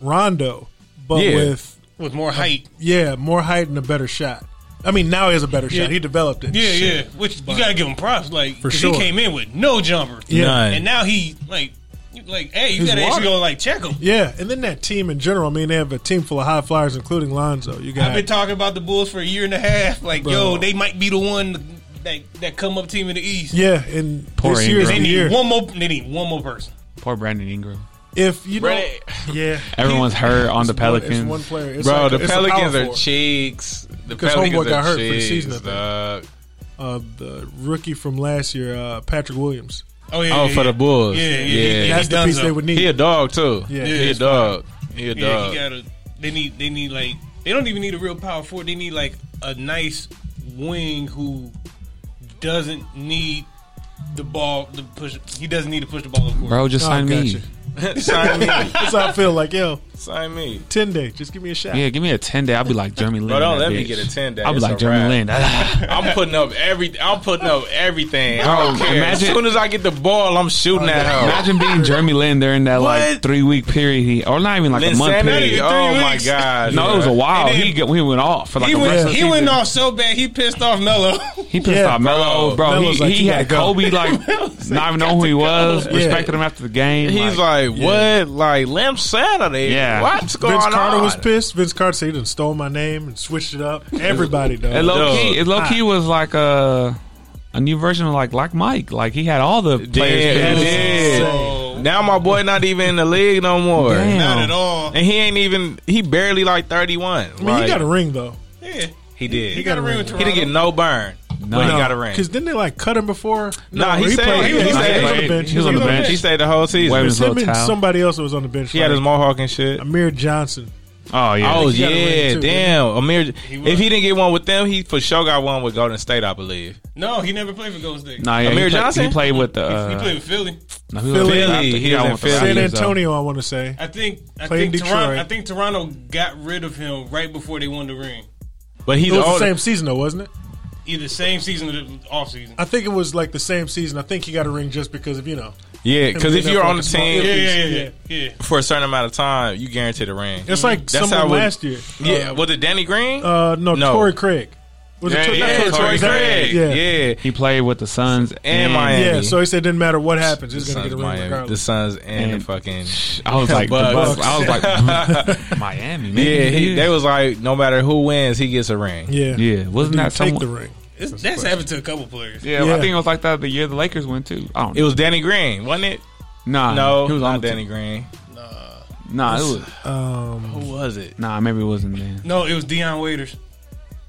Rondo, but
Yeah.
with
with more height.
yeah more height and a better shot. I mean, now he has a better
Yeah.
shot. He developed it.
Yeah, yeah. Which you gotta give him props, like
For
'cause
sure.
he came in with no jumper.
Yeah.
None.
and now he like, you- like, hey, you
He's
gotta
water.
actually go like check him.
Yeah, and then that team in general. I mean, they have a team full of high flyers, including Lonzo. You got
I've been talking about the Bulls for a year and a half. Like,
Bro.
yo, they might be the one that that come up team in the East.
yeah, and
Poor
this
Ingram.
year's
They
the
need
year.
one more. They need one more person.
poor Brandon Ingram.
If you don't,
Right.
yeah,
Everyone's hurt on the
It's one- it's
Pelicans.
one player. It's
Bro,
like a-
the
it's a
Pelicans
power
are
forward.
cheeks. The
Because
Pelicans
homeboy
are
got hurt for the
cheeks,
season, I think.
dog.
Uh, the rookie from last year, uh, Patrick Williams.
Oh yeah.
Oh,
yeah,
for
yeah.
the Bulls.
Yeah, yeah,
yeah.
yeah.
That's the
done
piece
so.
they would need.
He a dog too.
Yeah.
he a
Yeah.
dog. He a
Yeah,
dog.
he gotta. They need. They need like. They don't even need a real power forward. They need like a nice wing who doesn't need the ball to push. He doesn't need to push the ball. Of course.
Bro, just
Oh,
sign me.
gotcha.
[laughs] Sign me.
That's how I feel. Like, yo,
Sign me.
ten day, just give me a shot.
Yeah, give me a ten day. I'll be like Jeremy Lin.
Bro, don't
that
let me
bitch.
get a ten day.
I'll be
It's
like
a
Jeremy
wrap.
Lin. [laughs]
I'm putting up every. I'm putting up everything. I
Bro,
don't care.
imagine-
as soon as I get the ball, I'm
Oh,
shooting at her.
Imagine being Jeremy Lin during that like
What?
three week period, he, or not even like a month
Insanity.
period.
Oh my god.
No, it was a while.
And then-
he get, he went off for like
He
the rest
went.
of the
He went
season.
off so bad. He pissed off Melo.
He pissed
Yeah,
off Melo,
bro.
bro.
Melo's
He,
like,
he
you
had
gotta go.
Kobe like not even know who he was.
Yeah.
Respected him after the game.
He's like, what? Like Lamb Saturday?
Yeah.
What's going
Vince
on?
Carter was pissed. Vince Carter said he done stole my name and switched it up. Everybody does.
and low key,
Dude.
it low key was like a a new version of like like Mike. Like he had all the players.
Damn,
pissed.
damn.
So,
Now my boy not even in the league no more.
Damn.
not at all.
And he ain't even. He barely like 31.
I mean, he got a ring though.
Yeah.
He did.
He
He,
got a ring with Toronto.
didn't get no burn.
No.
But he got a ring.
Because didn't they like cut him before?
Nah, he said- he was-
was
he said-
on the bench.
he was on the bench.
He stayed the whole season.
Wait a
It
minute.
was him and
Towel.
somebody else that was on the bench.
He had his
like
mohawk and shit.
Amir Johnson.
Oh yeah.
Oh
he got a
yeah,
ring, too,
damn. Amir,
was.
if he didn't get one with them, he for sure got one with Golden State, I believe.
No, he never played for Golden State.
Nah, yeah,
Amir
he played,
Johnson?
He played with the.
He-
Uh,
he played with Philly.
no, he was with
Philly.
the-
He
got
was uh,
one
in
with the
Philly.
Raptors,
San
though.
Antonio, I want to say.
I think I
Played
think
in
Toronto
Detroit.
I think Toronto got rid of him right before they won the ring.
But he's
It was the
older.
same season though, wasn't it?
Either same season or the off season.
I think it was like the same season. I think he got a ring just because of you know.
Yeah, because if
Him
you're
being
on the
up on the
team
small-
Yeah, yeah, yeah, yeah. yeah.
for a certain amount of time, you guaranteed a ring.
It's like
Mm, That's how
someone
we-
last year.
yeah, was it Danny Green?
Uh, no,
No.
Torrey Craig. Was
yeah,
Tor- not
yeah, Torrey
is that-
Craig. Yeah.
Yeah. yeah,
He played with the Suns and,
And Miami.
So he said, didn't matter what happens,
The
he's going to
Suns,
get a ring
Miami. the
regardless.
Suns and,
And-
the fucking.
I was like, the
Bucks.
Bucks. I was
[laughs]
[laughs] like, Miami. Man.
Yeah, he, they was like, no matter who wins, he gets a ring.
yeah,
yeah. Wasn't that
Didn't take
someone?
the ring.
It's, that's happened to a couple players.
yeah, I
Yeah.
think it was like that the year the Lakers went too. I don't.
It was Danny Green, wasn't it?
nah,
No,
Uh, he was
not
on the
Danny
team.
Green.
Nah, it was
Um,
Who was it?
nah. Maybe it wasn't then.
No, it was Deion Waiters.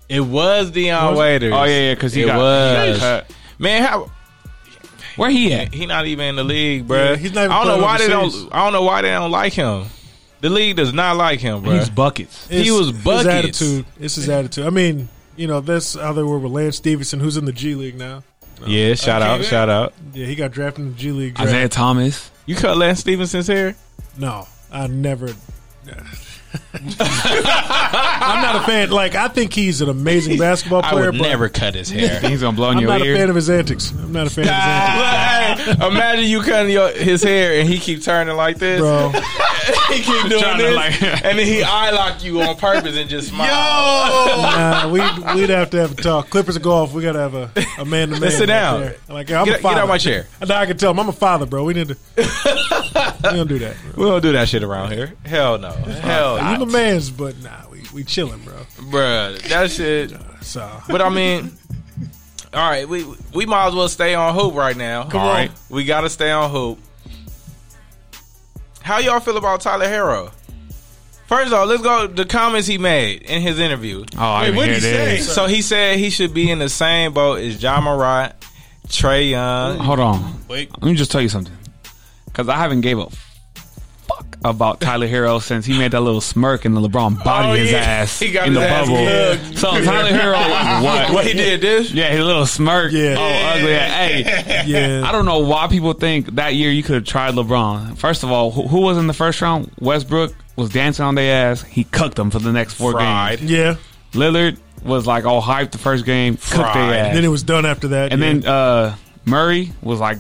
It was Deion
Was it?
Waiters.
Oh yeah, yeah. Because he
it
got
was.
he got cut.
Man, how
Where he at?
he not even in the league, bro.
Yeah, he's not even
I don't
playing
know why they
overseas.
don't. I don't know why they don't like him. The league does not like him, bro.
He's buckets.
it's
he was
His
buckets.
attitude. It's his attitude. I mean, you know, that's how they were with Lance Stevenson, who's in the G League now.
Yeah, shout
Oh. Okay,
out,
man.
shout out.
Yeah, he got drafted in the G League. Draft.
Isaiah Thomas.
You cut Lance Stevenson's hair?
No, I never. [laughs] I'm not a fan. Like I think he's an amazing basketball
[laughs] I
player.
would
but
never cut his
[laughs]
hair.
He's gonna blow in
I'm
your
not
ear.
a fan of his antics. I'm not a fan of his
[laughs]
antics,
Ah, like, Imagine you cutting your, his hair and he keep turning like this.
bro.
[laughs] He keep doing
Trying to
this,
[laughs]
like-
and then he eye lock you on purpose and just smile.
Nah, we we'd have to have a talk. Clippers of golf. We gotta have a a man to man.
sit down.
Like
Get,
I'm a
get
father.
out my
[laughs]
chair.
Now I can tell him I'm a father, bro. We
[laughs]
need to. we don't do that. Bro.
We don't do that shit around here. Hell no. Hell,
You the
no.
man's, but nah, we we chilling, bro.
bruh. That shit. [laughs]
So
But I mean, all right, we we might as well stay on hoop right now. Come
on.
we gotta stay on hoop. How y'all feel about Tyler Harrow? First of all, let's go the comments he made in his interview.
Oh, I didn't
what'd
hear
he say?
this.
So he said he should be in the same boat as John Morant, Trey Young.
Hold on.
Wait,
Let me just tell you something, because I haven't gave a fuck about Tyler Hero since he made that little smirk and the LeBron body
Oh,
his
yeah.
ass
He got
in the
his ass
bubble.
plugged.
So Tyler Hero, what?
What he did this?
Yeah, his little smirk.
Yeah.
Oh, ugly. Hey, I
yeah,
don't know why people think that year you could have tried LeBron. First of all, who, who was in the first round? Westbrook was dancing on their ass. He cooked them for the next four
Fried.
games.
yeah.
Lillard was like all hyped the first game, cooked
Fried.
their ass.
Then it was done after that.
and
yeah.
then uh, Murray was like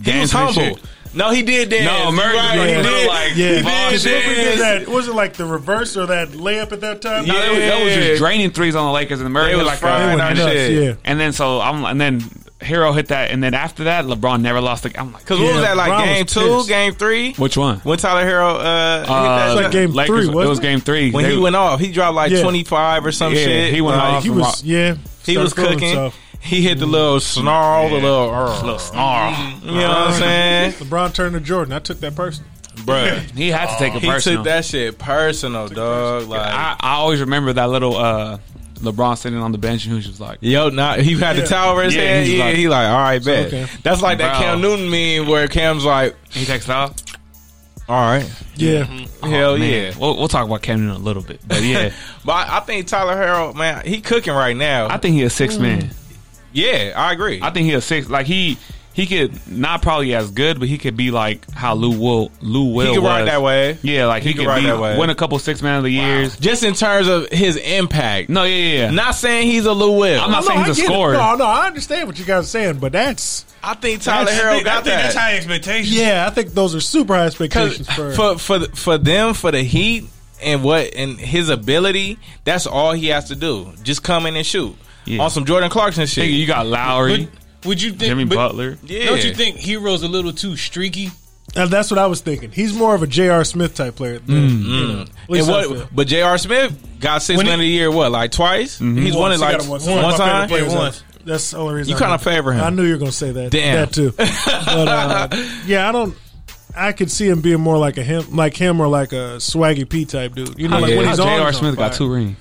dancing.
He was
and shit.
humble. No, he did dance.
No, Murray
You're
was
He
real
did.
like-
he
yeah,
did dance.
because remember he did that. Was it like the reverse or that layup at that time?
No,
Yeah.
they, was, they was just draining threes on the Lakers, and Murray
They
hit
was
like
frying
a,
that
nuts,
shit.
yeah.
and then so I'm, and then Hero hit that, and then after that, LeBron never lost. The, I'm like,
Cause what
Yeah,
was that like?
LeBron was
game two,
pissed.
game three.
which one?
When Tyler Hero uh, hit that
like
shot?
game three,
It
wasn't
was
it?
game three.
when
They-
he went off, he dropped like
Yeah.
twenty five or some
Yeah,
shit.
he went
Like,
off.
he was yeah.
He was
started feeling
cooking.
himself.
He hit the little snarl, the little, uh,
Mm-hmm. little snarl.
you know what I'm
[laughs]
saying,
[laughs] LeBron turned to Jordan. I took that person.
bro.
He had to take it
He
personal.
took that shit personal, dog. Like,
I, I always remember that little uh, LeBron sitting on the bench, and he was just like,
yo, not he had the towel over his
Yeah,
head.
he was
Yeah,
like-
he like, all right, bet.
okay.
That's like that
Bro.
Cam Newton meme where Cam's like,
he takes it off.
all right,
Yeah,
Mm-hmm. hell
Oh, Man,
Oh, yeah.
we'll, we'll talk about Cam Newton a little bit,
[laughs]
but yeah,
But I, I think Tyler Harrell, man, he cooking right now.
I think he a six man.
yeah, I agree.
I think he a six. Like he he could not probably as good, but he could be like how Lou Will Lou Will
he can
was.
ride that way.
Yeah, like he,
could
could
ride
be,
that way.
win a couple six man of the years.
Just in terms of his impact.
No, yeah, yeah, yeah.
Not saying he's a Lou Will.
I'm not
No,
saying
I
he's a
get it.
scorer.
No, no, I understand what you guys are saying, but that's
I think Tyler
I
Harrell
think- I
got
think that's
that.
high expectations.
yeah. I think those are super high
'Cause
expectations for.
for for th- for them for the Heat and what and his ability, that's all he has to do. Just come in and shoot
Yeah.
on some Jordan Clarkson shit.
Nigga, you got Lowry,
Would, would you think
Jimmy
but
Butler.
yeah,
Don't you think Hero's a little too streaky?
and that's what I was thinking. He's more of a J.R. Smith type player. Than, you know, at
And
least I feel.
what, but J.R. Smith got six
When
men
he-
of the year. What like twice?
Mm-hmm.
He's
Once,
won it
he
like
got it
one
once. One of my
time.
favorite players
Yeah,
ever.
once.
That's the only reason
You
I
kind of
know.
favor him.
I knew you were going to say that.
Damn.
that too. But uh, yeah, I don't. I could see him being more like a him, like him, or like a swaggy P type dude. You know, like
yeah.
when
How
he's on.
J.R.
he's on
Smith got
fire.
two rings.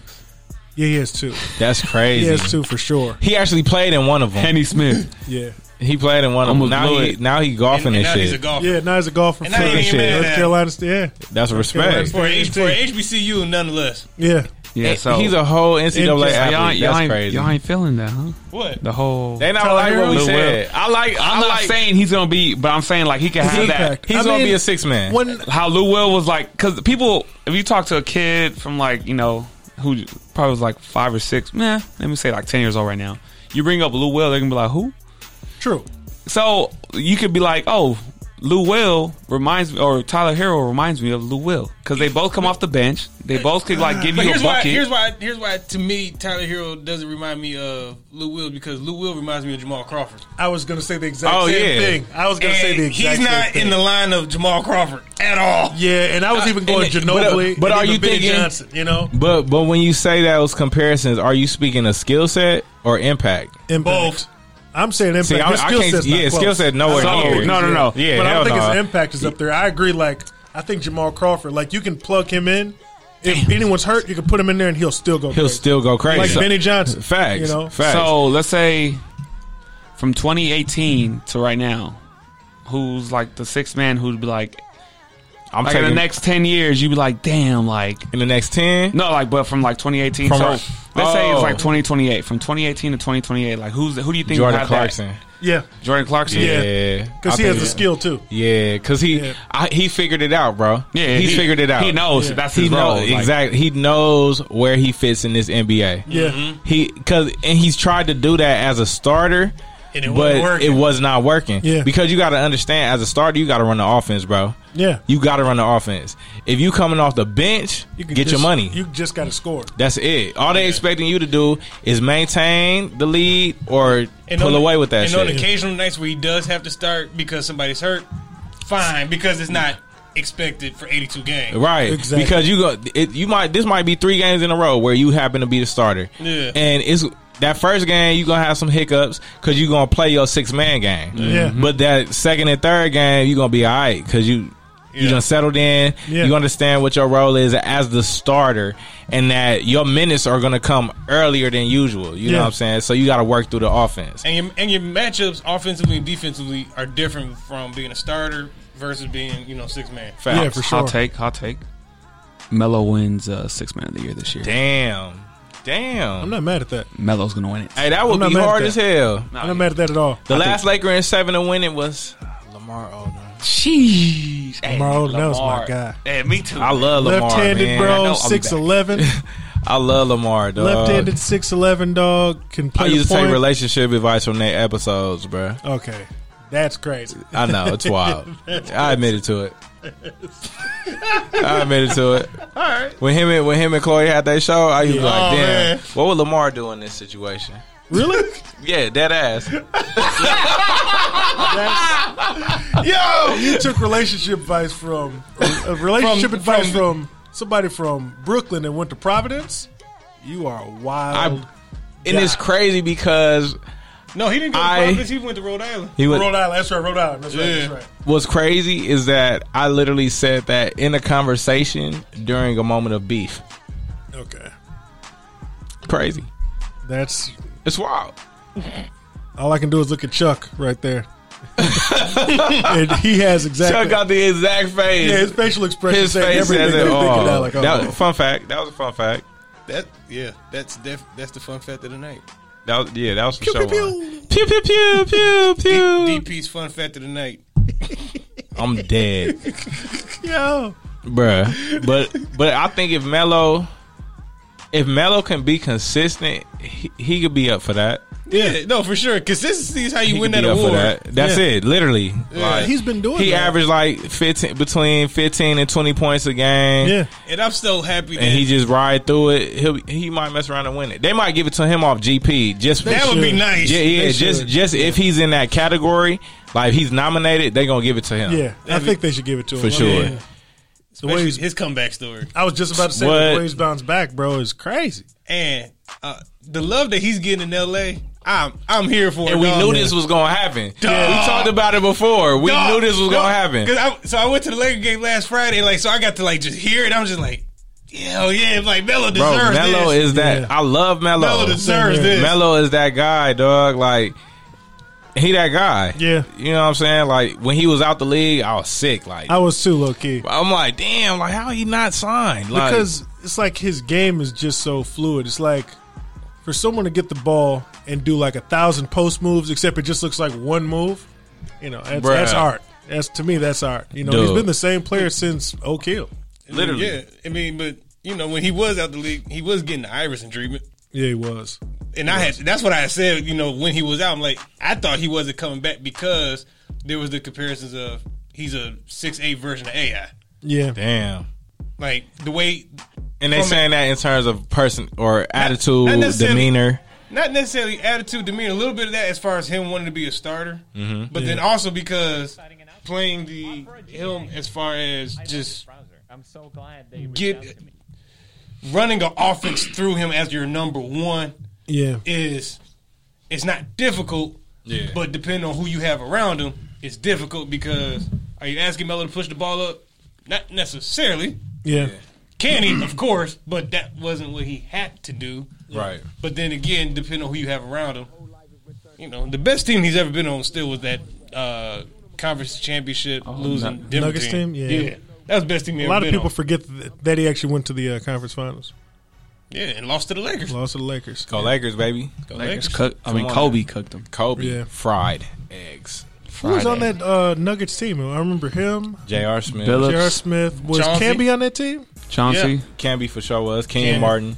Yeah, he has two.
That's
He
crazy.
has two for sure.
He actually played in one of them.
Kenny
[laughs]
Smith.
Yeah,
He played in one of them.
Almost
Now
blew
he
it.
now he golfing and,
now he's a
shit.
golfer.
yeah. Now he's a golfer
And
for
I ain't even mad
North
at him.
Carolina State. Yeah,
That's
Carolina
respect.
State.
For, H, for
18.
HBCU, nonetheless.
yeah.
Yeah, so
he's a whole NCAA
Interesting.
y'all, ain't-
athlete.
y'all,
That's
ain't,
crazy.
y'all ain't feeling that, huh?
What?
The whole.
They not
Tyler
like what we
Hero.
said. I like.
I'm
I
not
like,
saying he's gonna be, but I'm saying like he can have
impact.
that.
he's
I
gonna be
mean,
a six man.
When
How Lou Will was like, because people, if you talk to a kid from like you know who probably was like five or six, man, let me say like ten years old right now. You bring up Lou Will, they're gonna be like, who?
true.
So you could be like, oh, Lou Will reminds me, or Tyler Hero reminds me of Lou Will, because they both come off the bench. They both could like give
But
you a
here's why,
bucket.
here's why. Here's why. To me, Tyler Hero doesn't remind me of Lou Will because Lou Will reminds me of Jamal Crawford.
I was going to say the exact
Oh,
same
yeah.
thing. I was going to say
And
the exact.
he's not
same thing.
in the line of Jamal Crawford at all.
Yeah, and I was even going
uh, and-
Ginobili.
but- but
and
are
even
you
Benny
thinking-
Johnson? You know,
But but when you say those comparisons, are you speaking of skill set or impact?
impact.
Both.
I'm saying impact.
See, I,
His
I
skill
can't.
set's not
Yeah,
close.
skill set nowhere
So,
near.
no, no, no.
Yeah,
but I
hell
don't think
no.
his impact is up there. I agree. Like, I think Jamal Crawford. Like, you can plug him in. If anyone's hurt, you can put him in there, and he'll still go.
He'll
crazy.
still go crazy.
like Benny Johnson.
Facts.
You know,
Facts.
So let's say from 2018 to right now, who's like the sixth man who'd be like,
I'm
Like in
taking
the next ten years, you be like, damn, like
in the next ten.
no, like but from like 2018.
From
so
our-
let's say it's like
Oh.
2028. From 2018 to 2028, like who's who do you think will
Jordan
have that?
Clarkson.
Yeah,
Jordan Clarkson.
Yeah,
because
I
he has
think-
the skill too.
Yeah, because he
Yeah.
I, he figured it out, bro.
yeah,
he's
he-
figured it out.
He knows that's his
He
role.
knows
like-
exactly. He knows where he fits in this NBA.
Yeah,
He because and he's tried to do that as a starter,
And it
but
wasn't working.
it was not working.
Yeah.
because you got to understand as a starter, you got to run the offense, bro.
yeah.
You got to run the offense. If you coming off the bench, you
can
get your
just-
money.
You just got to score.
That's it. All they expecting you to do is maintain the lead or pull
on-
away with that
And
shit.
on occasional nights where he does have to start because somebody's hurt, fine, because it's not expected for 82 games.
Right,
Exactly.
because you go, it, you might this might be three games in a row where you happen to be the starter,
Yeah.
and it's that first game you gonna have some hiccups because you gonna play your six man game,
Yeah.
But that second and third game you gonna be all right because you you
Yeah.
done settled in,
Yeah.
you understand what your role is as the starter, and that your minutes are gonna come earlier than usual. You know
Yeah.
what I'm saying? So you got to work through the offense.
And your, and your matchups offensively and defensively are different from being a starter versus being, you know, six man.
Facts.
Yeah, for sure.
Hot take. Hot take. Melo wins uh, six man of the year this year.
Damn,
I'm
damn. Ah,
not mad at that.
Melo's gonna win it.
Hey, that
I'm
would
not
be
mad at
hard
that.
as hell.
I'm not mad at that at all.
The last Laker in seven to win it was Lamar Odom.
Jeez. Hey,
Lamar Odom, that was my guy.
Hey, me too.
I love Lamar,
Left-handed,
man.
know
bro,
I'm
[laughs]
six eleven.
I love Lamar, dog.
Left-handed, six eleven. Dog can
I
play. the
used to take
point.
relationship advice from their episodes, bro.
Okay, that's crazy.
I know it's wild. I admitted to it. I admitted to it. All right. When him and when him and Chloe had their show, I used to be like,
Oh,
"Damn,
man.
what would Lamar do in this situation?" [laughs]
Really?
Yeah, dead ass.
Yo, you took relationship advice from uh, relationship
From-
advice
from-
from, somebody from Brooklyn and went to Providence. You are wild.
I, and it's crazy because
No, he didn't go to
I-
Providence. He went to Rhode Island.
he would.
Rhode Island. That's right. Rhode Island. That's right. That's
Yeah.
right.
What's crazy is that I literally said that in a conversation during a moment of beef.
Okay,
Crazy.
that's
It's wild.
all I can do is look at Chuck
[laughs]
right there, and he has exactly
Chuck got the exact face.
yeah, his facial expression.
his face
everything
says
that
it
he's thinking
all.
now, like, oh,
That- fun fact. That was a fun fact.
That yeah, that's def, that's the fun fact of the night.
That was, yeah, that was for
pew,
sure.
pew,
one. Pew pew pew pew pew.
DP's fun fact of the night.
I'm dead,
yo.
bruh. But but I think if Melo, if Melo can be consistent, he, he could be up for that.
Yeah, no, for sure. Consistency is how you
He
win
could
that
be up
award.
for that. That's
Yeah.
it. Literally,
Yeah,
like,
he's been doing.
he
that.
averaged like fifteen between fifteen and twenty points a game.
Yeah,
And I'm so happy that
And he just ride through it. He'll, he might mess around and win it. They might give it to him off GP just for
that would be
should.
nice.
Yeah, yeah.
They
Just,
should.
just if he's in that category, like he's nominated, they gonna give it to him.
yeah. I
Every-
think they should give it to him
for sure.
Yeah.
The way he's,
his comeback story
I was just about to say
What?
the way he's bounced back, bro, is crazy.
and uh, the love that he's getting in L.A. I'm I'm here for.
And we knew this was gonna happen.
Dog.
We talked about it before. We knew this was gonna
Cause
happen.
I, so I went to the Laker game last Friday. Like so, I got to like just hear it. I'm just like, yeah, oh yeah, like
Bro,
Melo deserves
Melo
this.
is that.
Yeah.
I love Melo.
Melo deserves
Yeah.
this.
Melo is that guy, dog. Like he that guy.
Yeah.
You know what I'm saying? Like when he was out the league, I was sick. Like
I was too low key
I'm like, damn. Like how he not signed? Like,
because it's like his game is just so fluid. It's like for someone to get the ball and do like a thousand post moves, except it just looks like one move. You know, that's,
Bruh.
that's art. That's to me, that's art. You know, he's
Dude.
been the same player since Oak Hill.
literally.
yeah. I mean, but you know, when he was out the league, he was getting the Iverson treatment.
Yeah, he was.
and I had that's what I said. You know, when he was out, I'm like, I thought he wasn't coming back because there was the comparisons of he's a six eight version of AI,
Yeah,
Damn.
like the way
And they
From-
saying that in terms of person or attitude,
not necessarily-
demeanor.
not necessarily attitude, demeanor, a little bit of that as far as him wanting to be a starter,
Mm-hmm.
but then also because playing the him as far as just
I'm so glad they reached out
get
to me.
running an offense through him as your number one
yeah,
is it's not difficult,
Yeah.
but depending on who you have around him, it's difficult because are you asking Melo to push the ball up? Not necessarily.
yeah,
Can
[clears throat]
he? Of course, but that wasn't what he had to do.
Right.
But then again, depending on who you have around him, you know, the best team he's ever been on still was that uh, conference championship losing Denver
Oh, Nuggets team? Yeah.
yeah. That was the best team they
A
ever
lot of
been
people
on.
forget th- that he actually went to the uh, conference finals,
Yeah, and lost to the Lakers.
lost to the Lakers.
Go Lakers, baby.
Go
Lakers
Lakers.
cook. I
Come
mean,
on.
Kobe cooked them.
Kobe
Yeah.
fried eggs.
Who was on
Friday.
that uh, Nuggets team? I remember him.
J.R. Smith
Billups.
J.R. Smith was
Chauncey.
Camby on that team.
Chauncey.
Yeah.
Canby for sure was Ken
Ken.
Martin.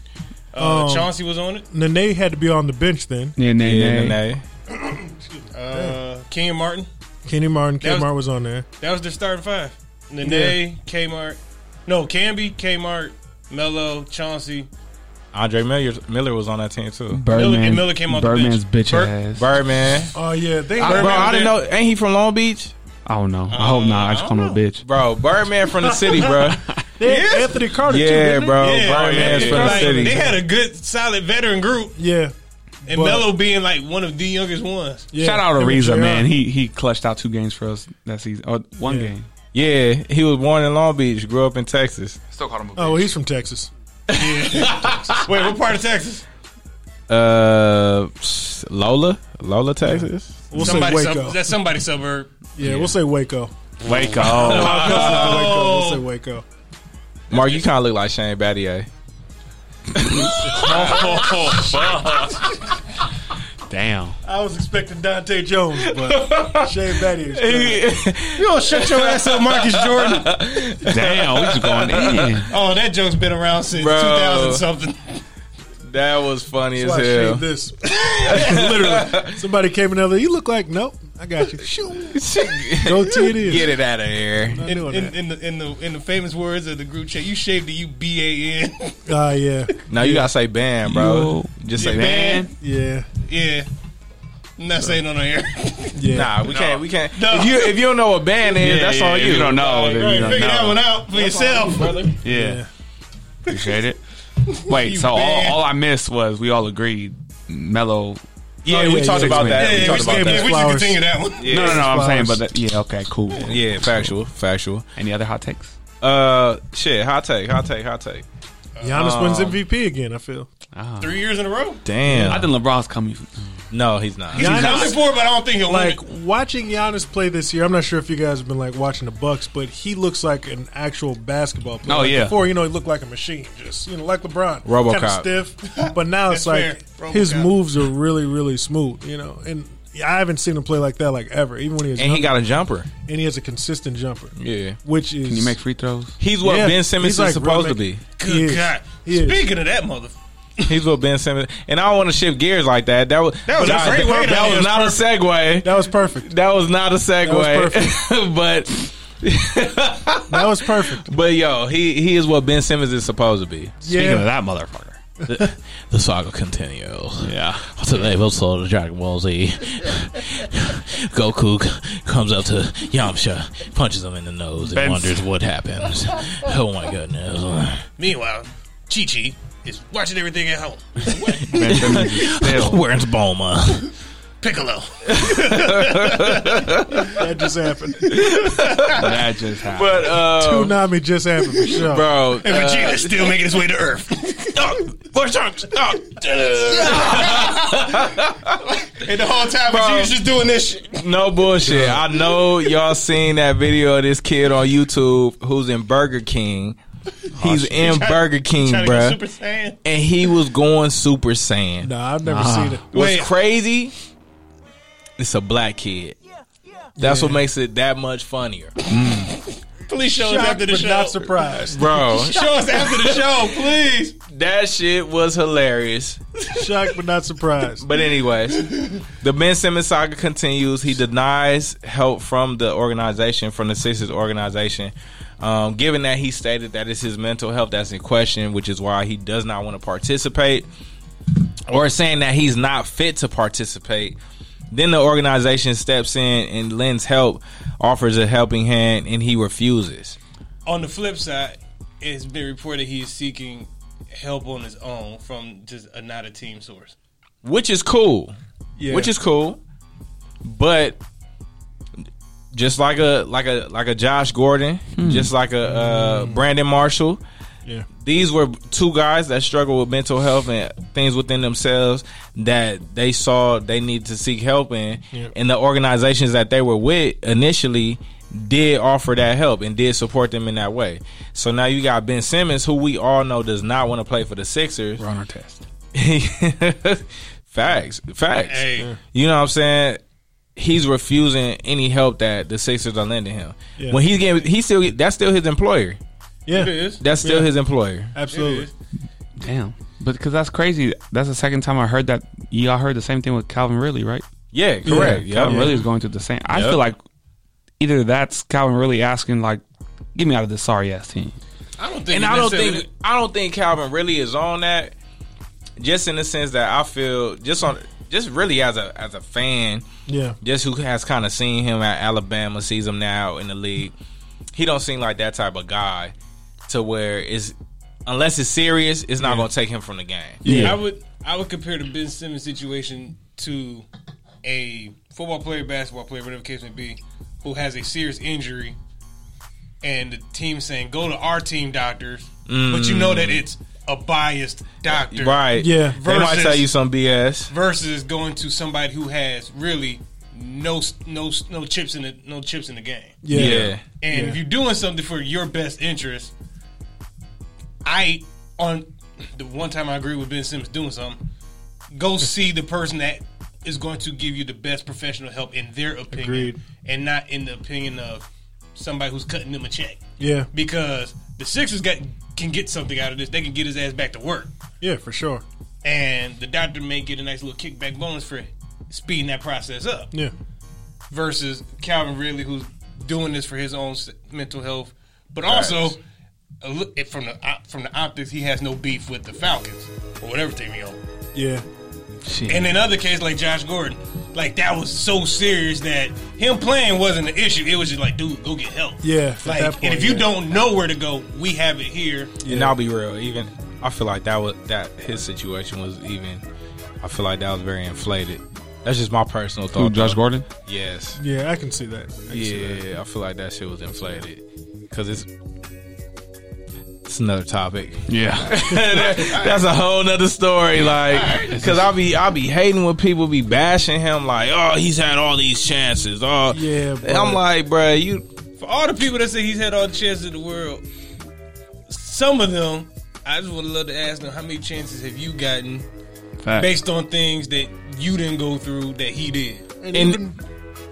Uh,
Um,
Chauncey was on it.
Nene had to be on the bench then.
Yeah, nay,
Yeah,
nay.
Nene.
Uh, Ken Martin.
Kenny Martin,
That was-
Kmart was on there.
That was their starting five. Nene, Kmart. No, Camby, Kmart, Mello, Chauncey.
Andre Miller Miller was on that team too.
Birdman.
Miller- Miller came off the
Birdman's
bench.
bitch
Bird-
ass.
Birdman.
Oh yeah, they.
I, bro,
Birdman
I
was
didn't know. Ain't he from Long Beach?
I don't know. I hope not. I
Oh, I
just call him a
don't
bitch.
Bro, Birdman from the city,
[laughs]
bro.
They had Anthony Carter too.
yeah,
didn't they?
bro.
Yeah,
Birdman's
yeah,
from the
like,
city.
They had a good, solid veteran group,
Yeah,
and
But-
Mello being like one of the youngest ones.
yeah.
Shout out to
Him and
Reza,
JR.
man. He he clutched out two games for us that season. Or one
Yeah.
game.
yeah, he was born in Long Beach, grew up in Texas.
Still called him a
Oh, he's from Texas.
Wait, what part of Texas?
Uh, Lola, Lola, Texas.
We'll
somebody,
say
sub-
Waco.
that's somebody's suburb.
yeah, we'll say Waco.
Wake up.
We'll
Oh.
Oh.
say Waco.
Mark, you kind of look like Shane Battier.
Damn.
I was expecting Dante Jones, but Shane
[laughs]
Batty is crazy.
You don't shut your ass up, Marcus Jordan.
[laughs] Damn. We just going [laughs] in.
Oh, that joke's been around since
Bro.
2000 something.
that was funny
That's why I
[laughs] as
shaved
hell.
this. [laughs] Literally, somebody came in there. You look like nope. I got you. Shoo. Go to it is.
Get it out of here.
Not
In,
doing
in,
that.
in the, in the in the famous words of the group chat, you shaved the U B A N.
Ah, yeah,
Now you gotta say bam, bro. Just say bam.
Man.
yeah,
Yeah, I'm not saying it on the air.
yeah.
Nah, we can't. We can't.
No.
If you if you don't know what band is, that's all you.
You don't know. then you
Right,
don't
[laughs] figure that
know.
one out for yourself.
Yeah.
Yeah.
Appreciate it. Wait,
You
so all,
bad.
all I missed was we all agreed Mello.
Yeah,
Oh, yeah,
we talked
yeah.
about that.
Yeah,
we
yeah, we,
talked
should-
about
yeah,
that.
we should
Flowers.
continue that one.
Yeah.
No, no, no. I'm saying,
Flowers.
but that, yeah, okay, cool.
Yeah, factual, factual.
Any other hot takes?
Uh, shit, hot take, hot take, hot take.
Giannis wins MVP again. I feel.
Ah.
Three years in a row.
Damn,
I think LeBron's coming.
no, he's not.
He's
Giannis-
coming for it, but I don't think he'll
Like
win.
watching Giannis play this year, I'm not sure if you guys have been like watching the Bucks, but he looks like an actual basketball player.
Oh,
Like,
yeah.
before you know he looked like a machine, just you know like LeBron, kind of
RoboCop.
[laughs]
stiff. But now it's
That's
like
fair.
his
RoboCop.
moves are really really smooth, you know. And I haven't seen him play like that like ever, even when he was
And
young,
he got a jumper.
and he has a consistent jumper,
Yeah,
which is
Can you make free throws?
he's what
Yeah,
Ben Simmons
he's
is
like
supposed to be.
Rodman.
it. Good
Yes.
God.
Yes.
Speaking of that motherfucker.
He's what Ben Simmons. And I don't want to shift gears like that. That was
That was a great way to-
that was not a segue.
that was perfect.
That was not a
was
segue. [laughs] but
That was perfect.
but yo, he he is what Ben Simmons is supposed to be.
Speaking of
Yeah,
that motherfucker.
The, the saga continues.
Yeah.
Today, episode of Dragon Ball Z, Goku c- comes up to Yamcha, punches him in the nose, and
Ben-
wonders what happens. Oh my goodness!
Meanwhile, Chi Chi is watching everything at home.
Ben Simmons
[laughs]
is still.
Where's Bulma?
Piccolo.
that just happened.
that just happened.
But uh,
Tsunami just happened for sure.
bro,
And Vegeta's still making his way to Earth. oh, where's Trunks? Oh. [laughs] and the whole time
Bro.
Vegeta's just doing this shit.
no bullshit. I know y'all seen that video of this kid on YouTube who's in Burger King.
Oh,
He's in Burger King,
Trying to go Super
bruh,
Saiyan.
and he was going Super Saiyan.
Nah, I've never seen it.
What's
Wait.
crazy? It's a black kid. That's what makes it that much funnier,
Please show us
Shocked,
after the
but
show.
[laughs]
not surprised.
bro.
show us after the show, please.
That shit was hilarious.
Shocked, but not surprised.
But anyways, the Ben Simmons saga continues. He denies help from the organization, from the Sixers organization. Um, given that he stated that it's his mental health that's in question, which is why he does not want to participate, or saying that he's not fit to participate, then the organization steps in and lends help, offers a helping hand, and he refuses.
On the flip side, it's been reported he is seeking help on his own from just a not a team source.
which is cool,
Yeah.
which is cool, but just like a like a like a Josh Gordon, just like a uh, Brandon Marshall,
Yeah.
these were two guys that struggle with mental health and things within themselves that they saw they need to seek help in,
Yeah.
and the organizations that they were with initially did offer that help and did support them in that way. So now you got Ben Simmons, who we all know does not want to play for the Sixers.
Run our test.
[laughs] facts, facts.
Hey.
You know what I'm saying? He's refusing any help that the Sixers are lending him.
Yeah.
When he's getting, he's still that's still his employer.
It
Yeah,
is.
That's still
Yeah.
his employer.
It
absolutely.
is.
Damn. But because that's crazy. That's the second time I heard that. Y'all heard the same thing with Calvin Ridley, right?
Yeah, correct. Yeah,
Calvin Ridley is going through the same. I
Yep.
feel like either that's Calvin Ridley asking like, "Get me out of this sorry ass team."
I don't think.
and
it
I don't
necessarily-
think I don't think Calvin really is on that. Just in the sense that I feel just on just really as a as a fan,
Yeah,
just who has kind of seen him at Alabama, sees him now in the league. He don't seem like that type of guy to where it's unless it's serious, it's not gonna take him from the game.
I would. I would compare the Ben Simmons situation to a football player, basketball player, whatever the case may be, who has a serious injury, and the team saying go to our team doctors, but you know that it's a biased doctor,
Right.
Yeah.
They might
Versus-
tell you some BS.
Versus going to somebody who has really no no no chips in the no chips in the game.
yeah,
yeah.
And
Yeah.
if you're doing something for your best interest, I on the one time I agree with Ben Simmons doing something,
[laughs]
go see the person that is going to give you the best professional help in their opinion,
Agreed.
and not in the opinion of somebody who's cutting them a check.
yeah,
Because the Sixers got can get something out of this. They can get his ass back to work,
yeah, for sure.
and the doctor may get a nice little kickback bonus for speeding that process up
Yeah,
versus Calvin Ridley, who's doing this for his own s- mental health, but also a look- it- from the op- from the optics, he has no beef with the Falcons or whatever team he on.
yeah,
Shit.
And in other cases, like Josh Gordon, like that was so serious that him playing wasn't an issue. It was just like, dude, go get help.
Yeah, at
like,
that
and
point,
if you
yeah.
don't know where to go, we have it here.
And I'll be real, even I feel like that was that his situation was even I feel like that was very inflated. That's just my personal thought.
Who, Josh Gordon?
Yes.
yeah. I can see that. I can see that.
Yeah, I feel like that shit was inflated. Cause it's it's another topic.
[laughs] Yeah.
[laughs] That's a whole nother story. Like, cause I'll be I'll be hating when people be bashing him. Like, oh, he's had all these chances. Oh,
Yeah,
And I'm
but-
like, bruh, you
For all the people that say he's had all the chances in the world, some of them, I just would love to ask them, how many chances have you gotten
Fact.
based on things that you didn't go through that he did.
And,
And-
even,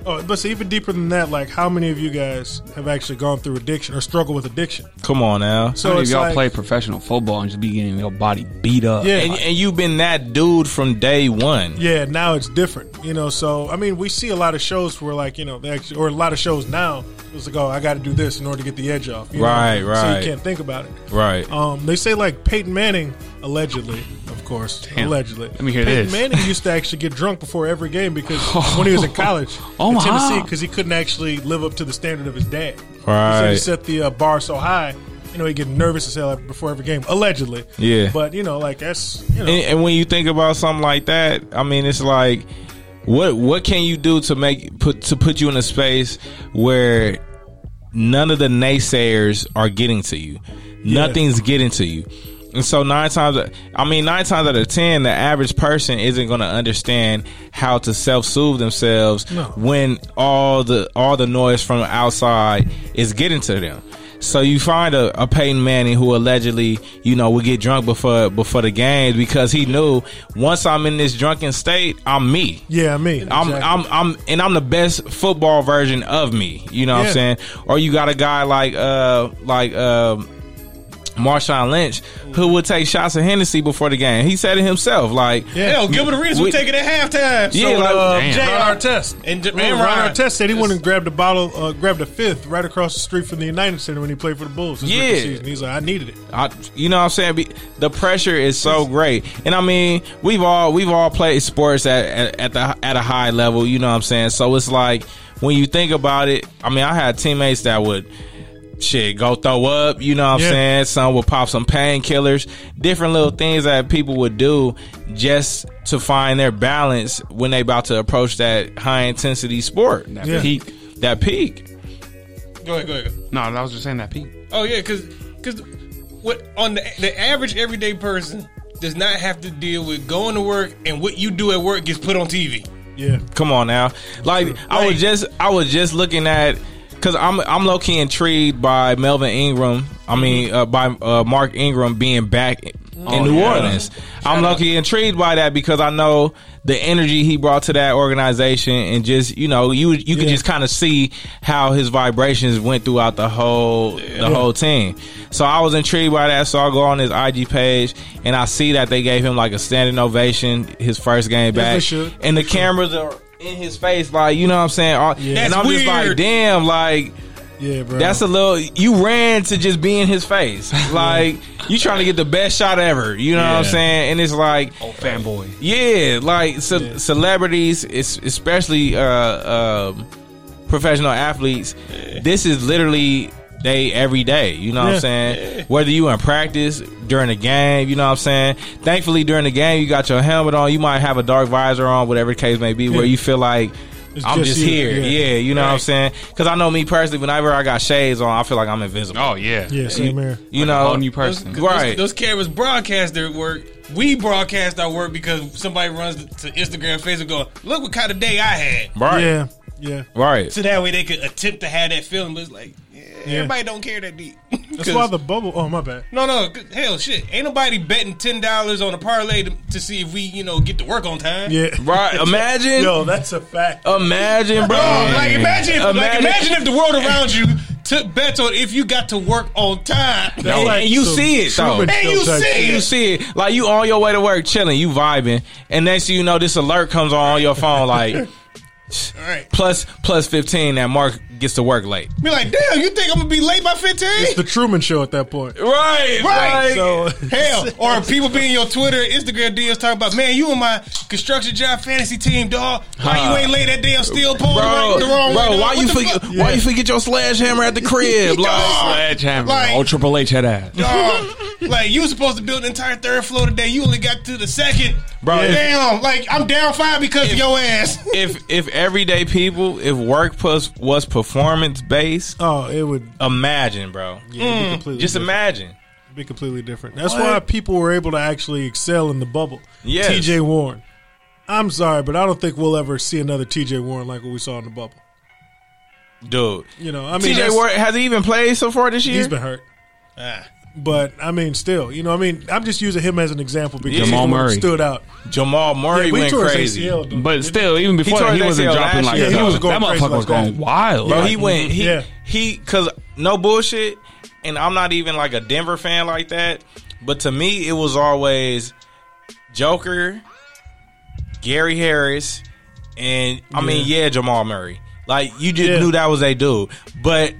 oh, but see, even deeper than that, like how many of you guys have actually gone through addiction or struggle with addiction?
come on now.
How
So
many of
it's
y'all
like,
play professional football and just be getting your body beat up?
yeah,
And, and you've been that dude from day one.
yeah. Now it's different, you know. So I mean, we see a lot of shows where, like, you know, they actually, or a lot of shows now, it's like, oh, I got to do this in order to get the edge off, you know?
Right, right.
So you can't think about it.
Right.
Um, they say like Peyton Manning, allegedly, of course, allegedly. Let
me hear
Peyton
this.
Manning used to actually get drunk before every game because when he was in college
Oh,
in
my.
Tennessee, because he couldn't actually live up to the standard of his dad. He said he
Right.
set the uh, bar so high, you know, he get nervous as hell after- before every game, allegedly.
Yeah.
But you know, like that's you know,
and, and when you think about something like that, I mean, it's like, what what can you do to make put to put you in a space where none of the naysayers are getting to you, nothing's getting to you, and so nine times, I mean, nine times out of ten, the average person isn't going to understand how to self soothe themselves
No.
when all the all the noise from outside is getting to them. So you find a, a Peyton Manning who allegedly, you know, would get drunk before before the games because he knew once I'm in this drunken state, I'm me.
yeah, I mean,
I'm,
exactly.
I'm, I'm, and I'm the best football version of me. You know what
Yeah.
I'm saying? Or you got a guy like, uh, like, um, Marshawn Lynch, who would take shots of Hennessy before the game. He said it himself. Like,
Yeah.
Hell, Gilbert Arenas will
We-
take it at halftime.
Yeah,
so,
like-
uh,
Damn.
J.R.
Artest.
and J-
Man,
and
Ron
Ryan
Artest said he went
Just-
and grabbed a bottle, uh, grabbed a fifth right across the street from the United Center when he played for the Bulls. His rookie
Yeah.
season. he's like, I needed it.
I, you know what I'm saying? Be- The pressure is so great, and I mean, we've all we've all played sports at, at at the at a high level. You know what I'm saying? So it's like when you think about it. I mean, I had teammates that would shit go throw up. You know what I'm
Yeah.
saying? Some would pop some painkillers, different little things that people would do just to find their balance when they about to approach that high intensity sport, that,
Yeah.
Peak.
that peak.
Go ahead, go ahead. go ahead.
No, I was just saying that peak.
Oh yeah, because because what on the the average everyday person does not have to deal with going to work and what you do at work gets put on TV.
Yeah,
Come on now. Like I was
Like-
just I was just looking at because I'm I'm low key intrigued by Melvin Ingram.
Mm-hmm.
I mean, uh, by uh, Mark Ingram being back in
Oh,
New
yeah.
Orleans. I'm low key intrigued by that because I know the energy he brought to that organization, and just you know, you you could
Yeah.
just kind of see how his vibrations went throughout the whole the whole team. So I was intrigued by that. So I go on his IG page and I see that they gave him like a standing ovation his first game
Yes, they
back,
should.
and the cameras are. In his face, like you know what I'm saying, All-
Yeah.
and
That's
I'm just like,
weird.
damn, like
Yeah, bro.
that's a little. You ran to just be in his
[laughs]
face, like you trying to get the best shot ever. You know what I'm
Yeah.
saying? And it's like,
Oh, fanboy.
yeah, like ce- celebrities, it's especially uh, um, professional athletes. This is literally they every day. You know what
Yeah.
I'm saying? Whether you in practice during the game, you know what I'm saying. Thankfully, during the game, you got your helmet on. You might have a dark visor on, whatever the case may be, where
Yeah.
you feel like.
It's
I'm
just
just
you.
here,
Yeah.
yeah. you know what I'm saying? Because I know me personally. Whenever I got shades on, I feel like I'm invisible.
Oh yeah.
yeah, same here.
you
A
know,
whole new
Those,
person.
Right.
Those, those cameras broadcast their work. We broadcast our work because somebody runs to Instagram, Facebook, go, look what kind of day I had.
right,
Yeah, yeah.
right.
So that way they could attempt to have that feeling, but it's like, yeah, everybody don't care that deep. [laughs]
That's why the bubble. Oh my bad.
No, no, good- hell, shit. Ain't nobody betting ten dollars on a parlay to, to see if we, you know, get to work on time.
Yeah,
[laughs]
Right,
[laughs]
Oh, imagine,
Yo, that's a fact.
imagine, bro.
Bro, Oh, like imagine, if, like
Imagine-
imagine if the world around you took bets on if you got to work on time.
That's
and- and you see it, though.
Truman
And
show
you
type
see
[laughs]
shit.
You see it, like you on your way to work, chilling, you vibing, and next thing you know, this alert comes on, on your phone,
[laughs]
like
All right.
plus plus fifteen that Mark gets to work late.
Be like, damn, you think I'm gonna be late by fifteen?
It's the Truman Show at that point.
Right,
Right.
So
Hell, or people being your Twitter, Instagram DMs talking about, man, you on my construction job fantasy team, dog. Why you ain't lay that damn steel pole
Bro,
the, right, the wrong way?
bro, why
dog? What
you
the
forget?
fuck?
Why you forget your sledgehammer
[laughs]
at the crib? Like,
Sledgehammer.
Like-
oh, Triple H had ass.
Dog, like you was supposed to build an entire third floor today. You only got to the second.
Bro, if-
damn, like I'm down five because of
[laughs]
your ass.
if if everyday people, if work was was performance based,
[laughs] oh, it would
imagine, bro,
yeah, it'd be completely
just
different.
imagine.
be completely different. That's why people were able to actually excel in the bubble.
Yes.
T.J. Warren. I'm sorry, but I don't think we'll ever see another T.J. Warren like what we saw in the bubble.
Dude,
You know, I
TJ
mean, that's-
Ward has he even played so far this year?
he's been hurt. But I mean, still, you know, I mean, I'm just using him as an example because he's the
Jamal
one that
Murray.
stood out.
Jamal Murray
we
went
tore his
crazy.
ACL, dude.
But still, even before
tore
that, he
his
wasn't
ACL
dropping
last
like
year.
that.
Yeah, he was
going
that
crazy
motherfucker was
like that.
going wild.
Bro,
Like,
he went. He
Yeah.
he because no bullshit, and I'm not even like a Denver fan like that. But to me, it was always Joker, Gary Harris, and I mean, yeah, Jamal Murray. Like you just
Yeah.
knew that was a dude, but.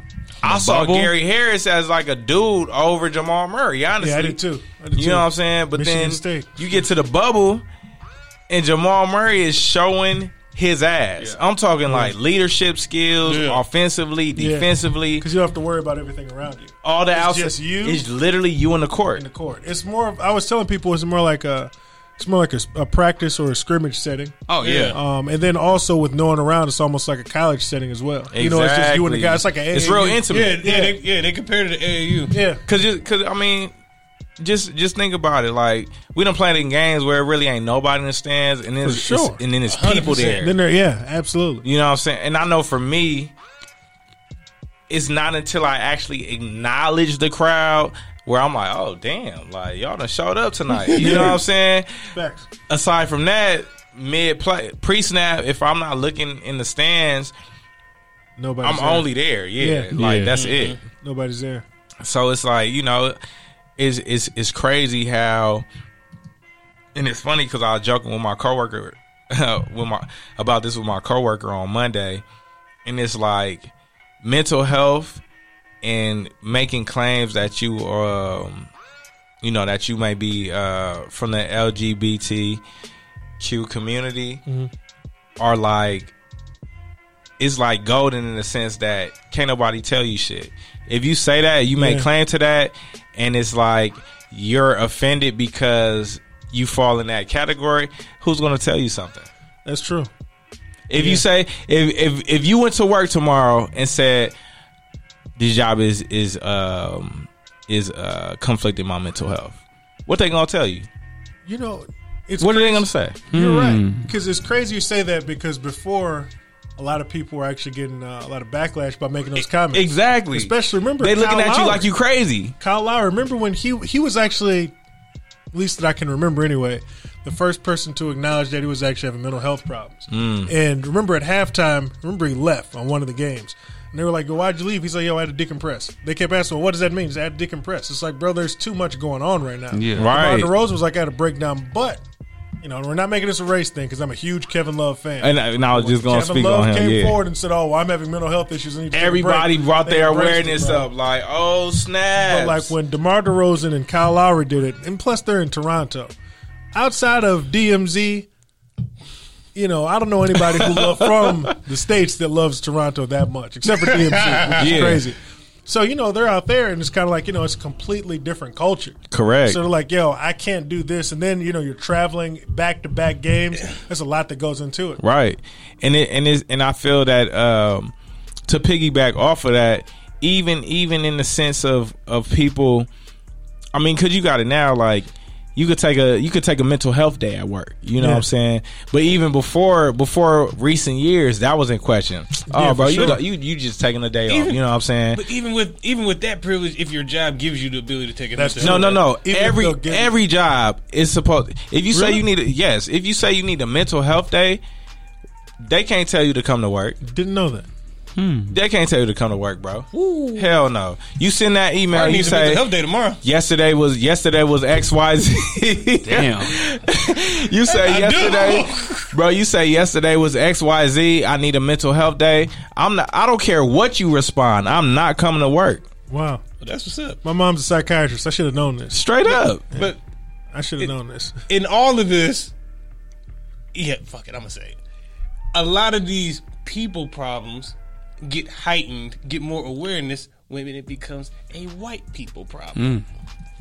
I saw
bubble?
Gary Harris as like a dude over Jamal Murray. Honestly,
Yeah, I did too. I did
You
too.
know what I'm saying? But
Michigan
then
State.
you get to the bubble, and Jamal Murray is showing his ass. I'm talking like leadership skills,
Yeah.
offensively, defensively,
Because you don't have to worry about everything around you
all the outs-
just you
It's literally you in the court.
in the court. It's more. Of, I was telling people it's more like a, it's more like a, a practice or a scrimmage setting.
oh yeah.
Um, and then also with no one around, it's almost like a college setting as well. You know, it's just you and the guy. It's like an
It's
AAU.
real intimate.
Yeah, yeah, They, yeah. They compared it to AAU.
Yeah,
Cause, you, cause I mean, just just think about it. Like we done played in games where it really ain't nobody in the stands, and then it's,
sure.
it's- and then it's people there.
Then there, yeah, absolutely.
You know what I'm saying? And I know for me, it's not until I actually acknowledge the crowd where I'm like, oh damn, like y'all done showed up tonight. You know what I'm saying?
Facts.
Aside from that, mid play pre snap, if I'm not looking in the stands,
Nobody's
I'm
there.
only there. Yeah.
Yeah.
Like
Yeah.
that's it.
Nobody's there.
So it's like you know, it's it's it's crazy how, and it's funny because I was joking with my coworker, [laughs] with my about this with my coworker on Monday, and it's like mental health and making claims that you um, you know that you may be uh from the LGBTQ community are like it's like golden in the sense that can't nobody tell you shit. If you say that, you may
Yeah.
claim to that, and it's like you're offended because you fall in that category. Who's gonna tell you something?
That's true.
If you say if, if if you went to work tomorrow and said this job is is um is uh conflicting my mental health, what they gonna tell you?
You know, it's
What are they
crazy.
gonna say?
You're right. Because it's crazy you say that because before a lot of people were actually getting uh, a lot of backlash by making
E-
those comments.
Exactly.
Especially remember
they looking
Kyle
at you
Lowry.
like you crazy.
Kyle Lowry. Remember when he he was actually, at least that I can remember anyway, the first person to acknowledge that he was actually having mental health problems.
Hmm.
And remember at halftime, remember he left on one of the games. And they were like, "Yo, why'd you leave?" He's like, "Yo, I had to decompress." They kept asking, well, "What does that mean?" He's like, "I had to decompress." It's like, bro, there's too much going on right now.
Yeah.
Right.
DeMar DeRozan was like, "I had a breakdown," but you know, we're not making this a race thing because I'm a huge Kevin Love fan.
And, I- and I was just gonna
Kevin
speak
Love
on him.
came
Yeah.
forward and said, "Oh, well, I'm having mental health issues." And
Everybody brought their awareness
up.
up, like, oh snap!
But like when DeMar DeRozan and Kyle Lowry did it, and plus they're in Toronto. Outside of DMZ, you know, I don't know anybody
[laughs]
who love from the states that loves Toronto that much, except for DMZ,
[laughs]
which
Yeah.
is crazy. So you know they're out there, and it's kind of like you know it's a completely different culture.
Correct.
So they're like, yo, I can't do this, and then you know you're traveling back to back games. There's a lot that goes into it.
Right. And it and it's, and I feel that um to piggyback off of that, even even in the sense of of people I mean, cause you got it now, like you could take a you could take a mental health day at work. You know
Yeah.
what I'm saying? But even before before recent years, that was in question. Oh,
Yeah,
bro,
for
you,
sure.
you you just taking a day off.
Even-
You know what I'm saying?
But even with even with that privilege, if your job gives you the ability to take it,
That's
out there-
No, no, no.
Even if
every
they'll give it.
every job is supposed. If you say
Really?
you need a yes, if you say you need a mental health day, they can't tell you to come to work.
Didn't know that.
They can't tell you to come to work, bro. Hell no. You send that email.
I
you
need to make
say
the health day tomorrow.
yesterday was yesterday was X Y Z.
Damn.
[laughs] you say
I do.
yesterday, bro. You say yesterday was X Y Z. I need a mental health day. I'm not. I don't care what you respond. I'm not coming to work.
Wow,
That's what's up.
my mom's a psychiatrist. I should have known this.
Straight up.
But
I should have known this. [laughs]
in all of this, yeah, fuck it, I'm gonna say it. A lot of these people problems get heightened, get more awareness when it becomes a white people problem.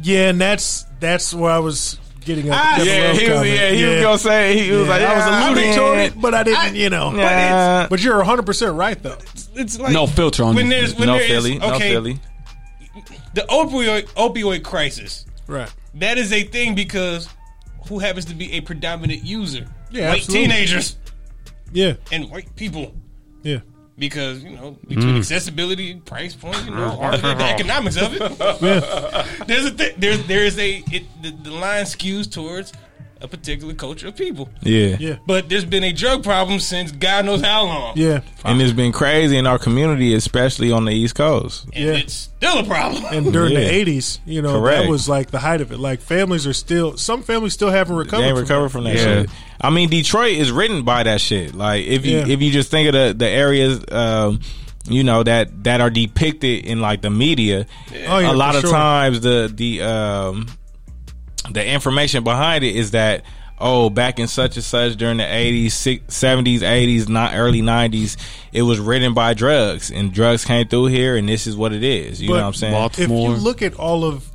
Yeah, and that's that's where I was getting at.
Ah,
the Kevin
Yeah,
Love
he was.
comment.
Yeah, he was gonna say. He was
Yeah,
like, "Ah,
I was alluding to
man.
it, but I didn't, you know.
Yeah.
But, but you're 100 percent right though.
It's like
No filter on
when
this.
there's when
no
there is-
Philly, no
okay,
Philly.
The opioid opioid crisis
Right.
that is a thing because who happens to be a predominant user?
Yeah,
white
absolutely.
teenagers
Yeah.
and white people.
Yeah.
Because you know, between accessibility, price point, you know, or the economics of it, there's a th- there's there is a it, the, the line skews towards a particular culture of people.
Yeah.
Yeah.
But there's been a drug problem since God knows how long,
Yeah.
And it's been crazy in our community, especially on the East Coast.
and
Yeah.
it's still a problem.
And during
Yeah.
the 80s, you know,
Correct.
that was like the height of it. Like families are still some families still haven't recovered.
they ain't
from
recovered
that.
from that
Yeah.
shit. I mean, Detroit is written by that shit. Like if you
Yeah.
if you just think of the the areas, um, you know that that are depicted in like the media,
Oh, yeah,
a lot
for
of
sure.
times the the um, the information behind it is that. Oh, back in such and such during the eighties, seventies, eighties, not early nineties, it was written by drugs, and drugs came through here, and this is what it is. You
But
know what I'm saying?
Walt-
If
More.
you look at all of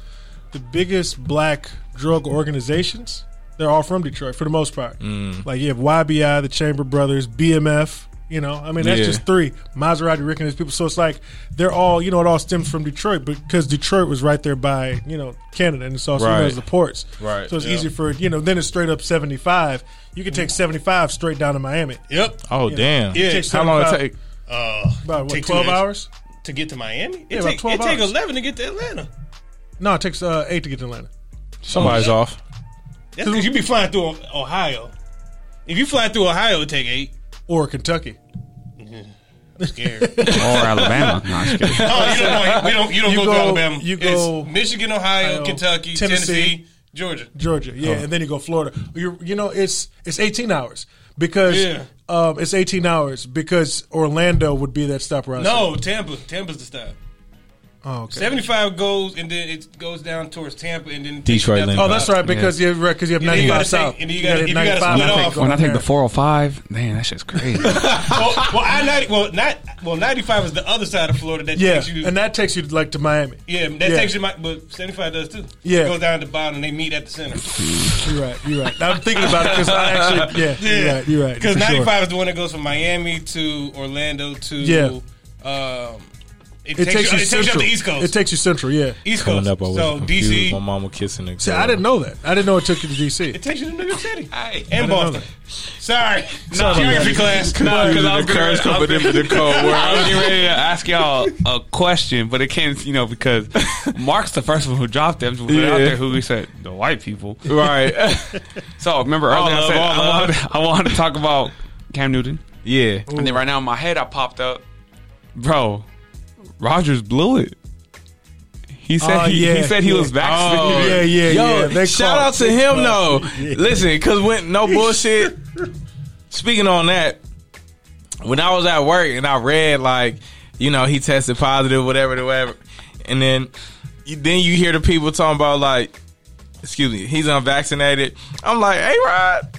the biggest black drug organizations, they're all from Detroit for the most part.
Mm.
Like you have YBI, the Chamber Brothers, BMF. You know, I mean, that's
Yeah.
just three Maserati, Rick, and his people. So it's like they're all, you know, it all stems from Detroit because Detroit was right there by, you know, Canada, and it's also known
Right.
as the ports.
Right,
So it's
yeah. Mm.
easy for you know. Then it's straight up seventy five. You can take seventy five straight down to Miami.
Yep.
oh damn!
Yeah.
How long it
75
take?
Uh,
About what,
Take two
twelve
days.
hours?
to get to Miami,
Yeah,
it
about
take,
12
it take
hours.
eleven to get to Atlanta.
No, it takes uh, eight to get to Atlanta.
Somebody's off.
That's because you be flying through Ohio. If you fly through Ohio, it take eight.
Or Kentucky.
I'm scared. oh, you
or
[laughs]
Alabama. No, I'm just kidding.
don't, we don't, [laughs] you don't
You
go,
go-
to Alabama.
you
It's
go-
Michigan, Ohio,
Ohio,
Kentucky,
Tennessee.
Tennessee, Georgia.
Georgia, yeah, and then you go Florida. You you know it's it's eighteen hours because
Yeah.
um, it's eighteen hours because Orlando would be that stop around.
No, Tampa. Tampa's the stop.
oh, okay.
Seventy-five goes and then it goes down towards Tampa and then
Detroit lane.
Oh, that's right because you because you have
then
ninety
you gotta
five
take-
south.
and then you gotta-
hit
if you gotta
95
split
south
off.
going
When I take
there.
the 405, man, that shit's crazy.
Well, well, I ninety. Well, not. Well, ninety-five is the other side of Florida that
yeah,
takes you.
and that takes you like to Miami.
yeah, that
yeah.
takes you. my- But seventy-five does too.
Yeah.
goes down to the bottom and they meet at the center.
You're right. You're right. I'm thinking about it because I
[laughs]
actually yeah, You're right. You're right.
Because
for sure.
ninety five is the one that goes from Miami to Orlando to
Yeah.
um, It, takes, you, it takes you up
central.
the East Coast.
It takes you central. Yeah.
East Coast.
Coming up, I was
so
confused.
DC.
My mama kissing a girl.
See, I didn't know that. I didn't know it took you to DC.
It takes you to New
[laughs]
York City
Hey.
and Boston. Sorry, no, geography class.
No, because I was
The curse
gonna- I was
coming in
gonna-
with the cold word.
[laughs]
[laughs]
I was getting ready to ask y'all a question, but it came, you know, because Mark's the first one who dropped them. Put it out
Yeah.
there who we said the white people.
[laughs] Right.
So remember earlier I
love,
said
all
I
love.
wanted, [laughs] I wanted to talk about Cam Newton,
yeah.
and then right now in my head I popped up, bro. Rogers blew it. He said
Oh,
he, he
yeah,
said he was
yeah.
vaccinated.
Oh,
yeah, yeah,
Yo,
yeah. They
shout
caught.
out to
[laughs]
him though. Listen, because when no bullshit. speaking on that, when I was at work and I read like, you know, he tested positive, whatever, whatever, and then, you, then you hear the people talking about like, excuse me, he's unvaccinated. I'm like, hey, Rod,